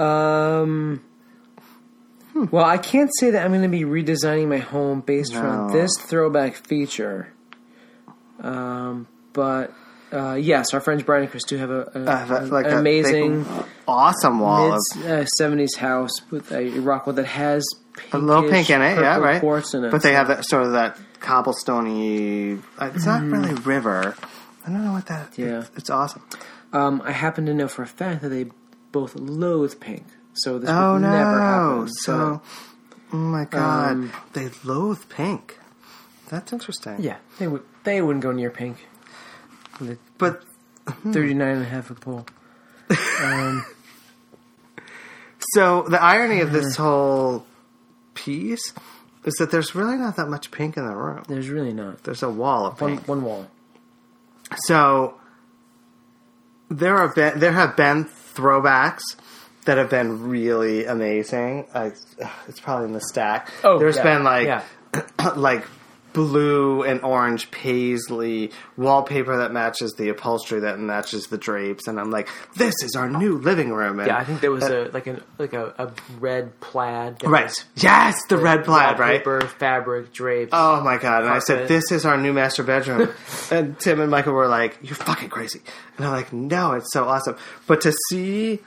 Um. Well, I can't say that I'm going to be redesigning my home based on No. this throwback feature. Um, but uh, yes, our friends Brian and Chris do have a, a- I have a- Uh, like an a big, amazing mid awesome wall. of- uh, '70s house with a rock wall that has a little pink in it, eh? yeah, purple right. quartz in it. But they have that sort of that cobblestony. uh, It's not really river. I don't know what that. Mm-hmm. Yeah. it's, it's awesome. um, I happen to know for a fact that they both loathe pink, so this Oh would no! never happen. so, oh my god, Um, they loathe pink. That's interesting. yeah, they would they wouldn't go near pink. The but 39 and a half a pole. Um, so the irony of Mm-hmm. this whole piece is that there's really not that much pink in the room. There's really not. There's a wall of One, pink. one wall. So there are been, there have been throwbacks that have been really amazing. I, it's probably in the stack. Oh, There's yeah, been like yeah. like blue and orange paisley wallpaper that matches the upholstery that matches the drapes, and I'm like, this is our new living room. And Yeah, I think there was Uh, a like an like a, a red plaid, that right, was yes, the red plaid, right? wallpaper, fabric, drapes. Uh. Oh my god! And I said, Carpet. "This is our new master bedroom," and Tim and Michael were like, "You're fucking crazy," and I'm like, "No, it's so awesome." But to see,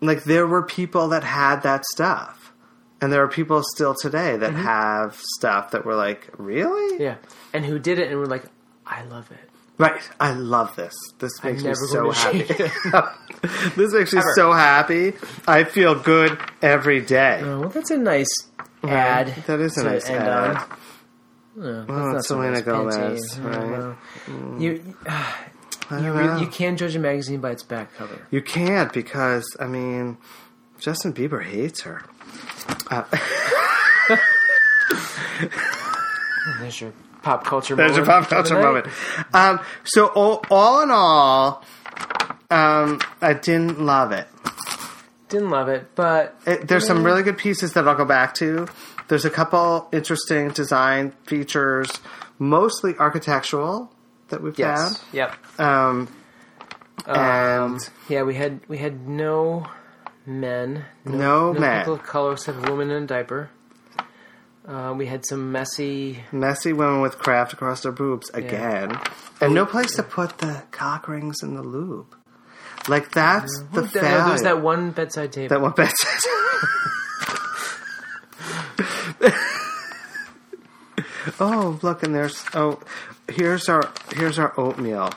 like, there were people that had that stuff, and there are people still today Mm-hmm. that have stuff that were like, "Really? yeah, and who did it? And we're like, I love it. Right? I love this. This makes me never so going to happy. shake it. this makes me Ever. so happy. I feel good every day." Oh, well, that's a nice ad. That is a to nice end ad. Oh, on. No, that's Oh, not it's so Selena nice, Gomez, Panty. right? Mm. No. You, I you, don't know. really, you can judge a magazine by its back cover. You can't because I mean, Justin Bieber hates her. There's your pop culture. There's a pop moment for the culture night. moment. Um, so all, all in all, um, I didn't love it. Didn't love it, but it. There's some really good pieces that I'll go back to. There's a couple interesting design features, mostly architectural, that we've yes, yep. found. Um, Um, and yeah, we had we had no men, no, no, no man, people of color except women in a diaper. Uh, we had some messy messy women with craft across their boobs again, and no place to put the cock rings and the lube. Like that's the Th- no, failure. there's that one bedside table. that one bedside. oh, look, and there's oh, here's our here's our oatmeal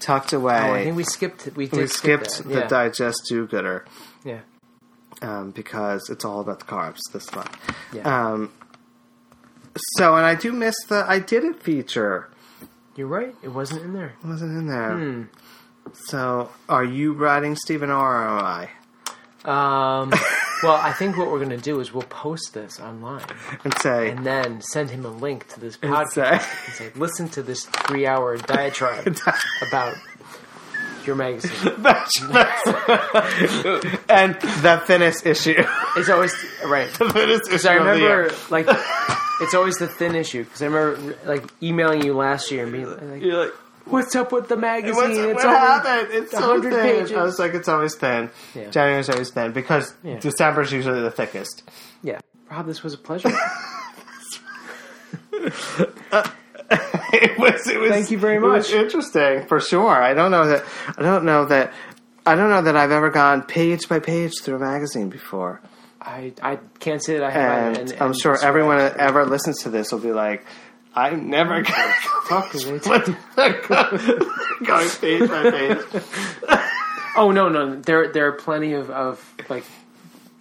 tucked away. oh, I think we skipped. We did we skip skipped the that. digest do gooder yeah. yeah. um, because it's all about the carbs this month. Yeah. Um, so, and I do miss the I didn't feature. You're right. It wasn't in there. wasn't in there. Hmm. So, are you riding Stephen or am I? Um, well, I think what we're gonna do is we'll post this online And say, and then send him a link to this and say podcast. and say, listen to this three hour diatribe about your magazine. and the thinnest issue. It's always right. thinnest issue So I of the remember year. like it's always the thin issue because I remember like emailing you last year and being like, You're like, "What's up with the magazine? What's, it's what only-" happened? It's so 100 thin. pages. I was like, it's always thin. Yeah. January's always thin because Yeah. December's usually the thickest. Yeah, Rob, this was a pleasure. it was. It was. Thank you very it was much. interesting for sure. I don't know that. I don't know that. I don't know that I've ever gone page by page through a magazine before. I I can't say that I have. and, either, I'm and sure so- everyone that ever listens to this will be like, I'm never gonna Fuck is it? going page by page. Oh no, no, there there are plenty of, of like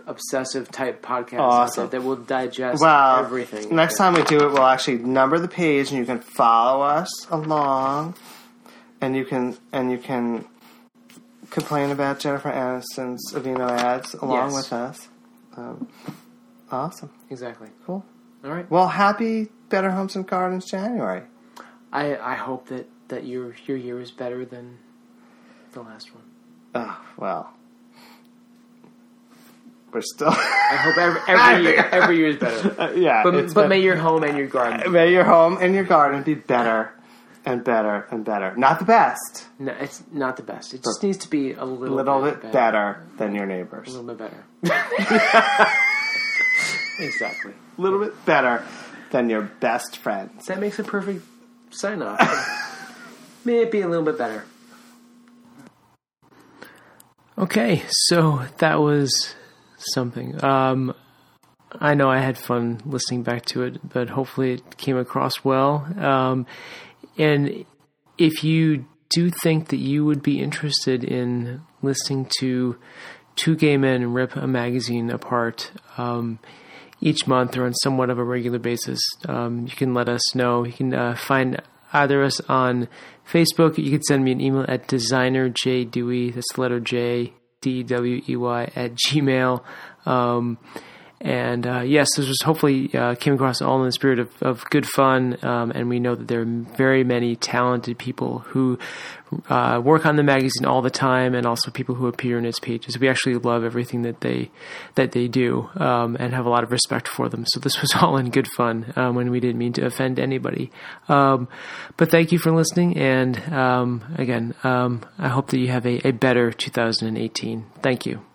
obsessive type podcasts out Awesome. there that will digest Well, everything. next time we do it, we'll actually number the page, and you can follow us along, and you can and you can complain about Jennifer Aniston's Avino ads along Yes. with us. Um, awesome, exactly. cool. All right. Well, happy Better Homes and Gardens January. I, I hope that, that your your year is better than the last one. Oh, well, we're still. I hope every, every year every year is better. Uh, yeah, But, it's but been- may your home and your garden. may your home and your garden be better and better and better. Not the best, No, it's not the best. It just needs to be a little a little bit, bit better than your neighbors. A A little bit better. exactly. little bit better than your best friends. That makes a perfect sign off. may it be a little bit better. Okay. So that was something. Um, I know I had fun listening back to it, but hopefully it came across well. Um, and if you do think that you would be interested in listening to two gay men rip a magazine apart um, each month or on somewhat of a regular basis, um, you can let us know. You can uh, find either us on Facebook. You can send me an email at designerjdewey, that's the letter J, D W E Y, at Gmail. Um, And uh, yes, this was hopefully uh, came across all in the spirit of, of good fun. Um, and we know that there are very many talented people who uh, work on the magazine all the time, and also people who appear in its pages. We actually love everything that they that they do, um, and have a lot of respect for them. So this was all in good fun um, when we didn't mean to offend anybody. Um, but thank you for listening, and um, again, um, I hope that you have a, a better 2018. Thank you.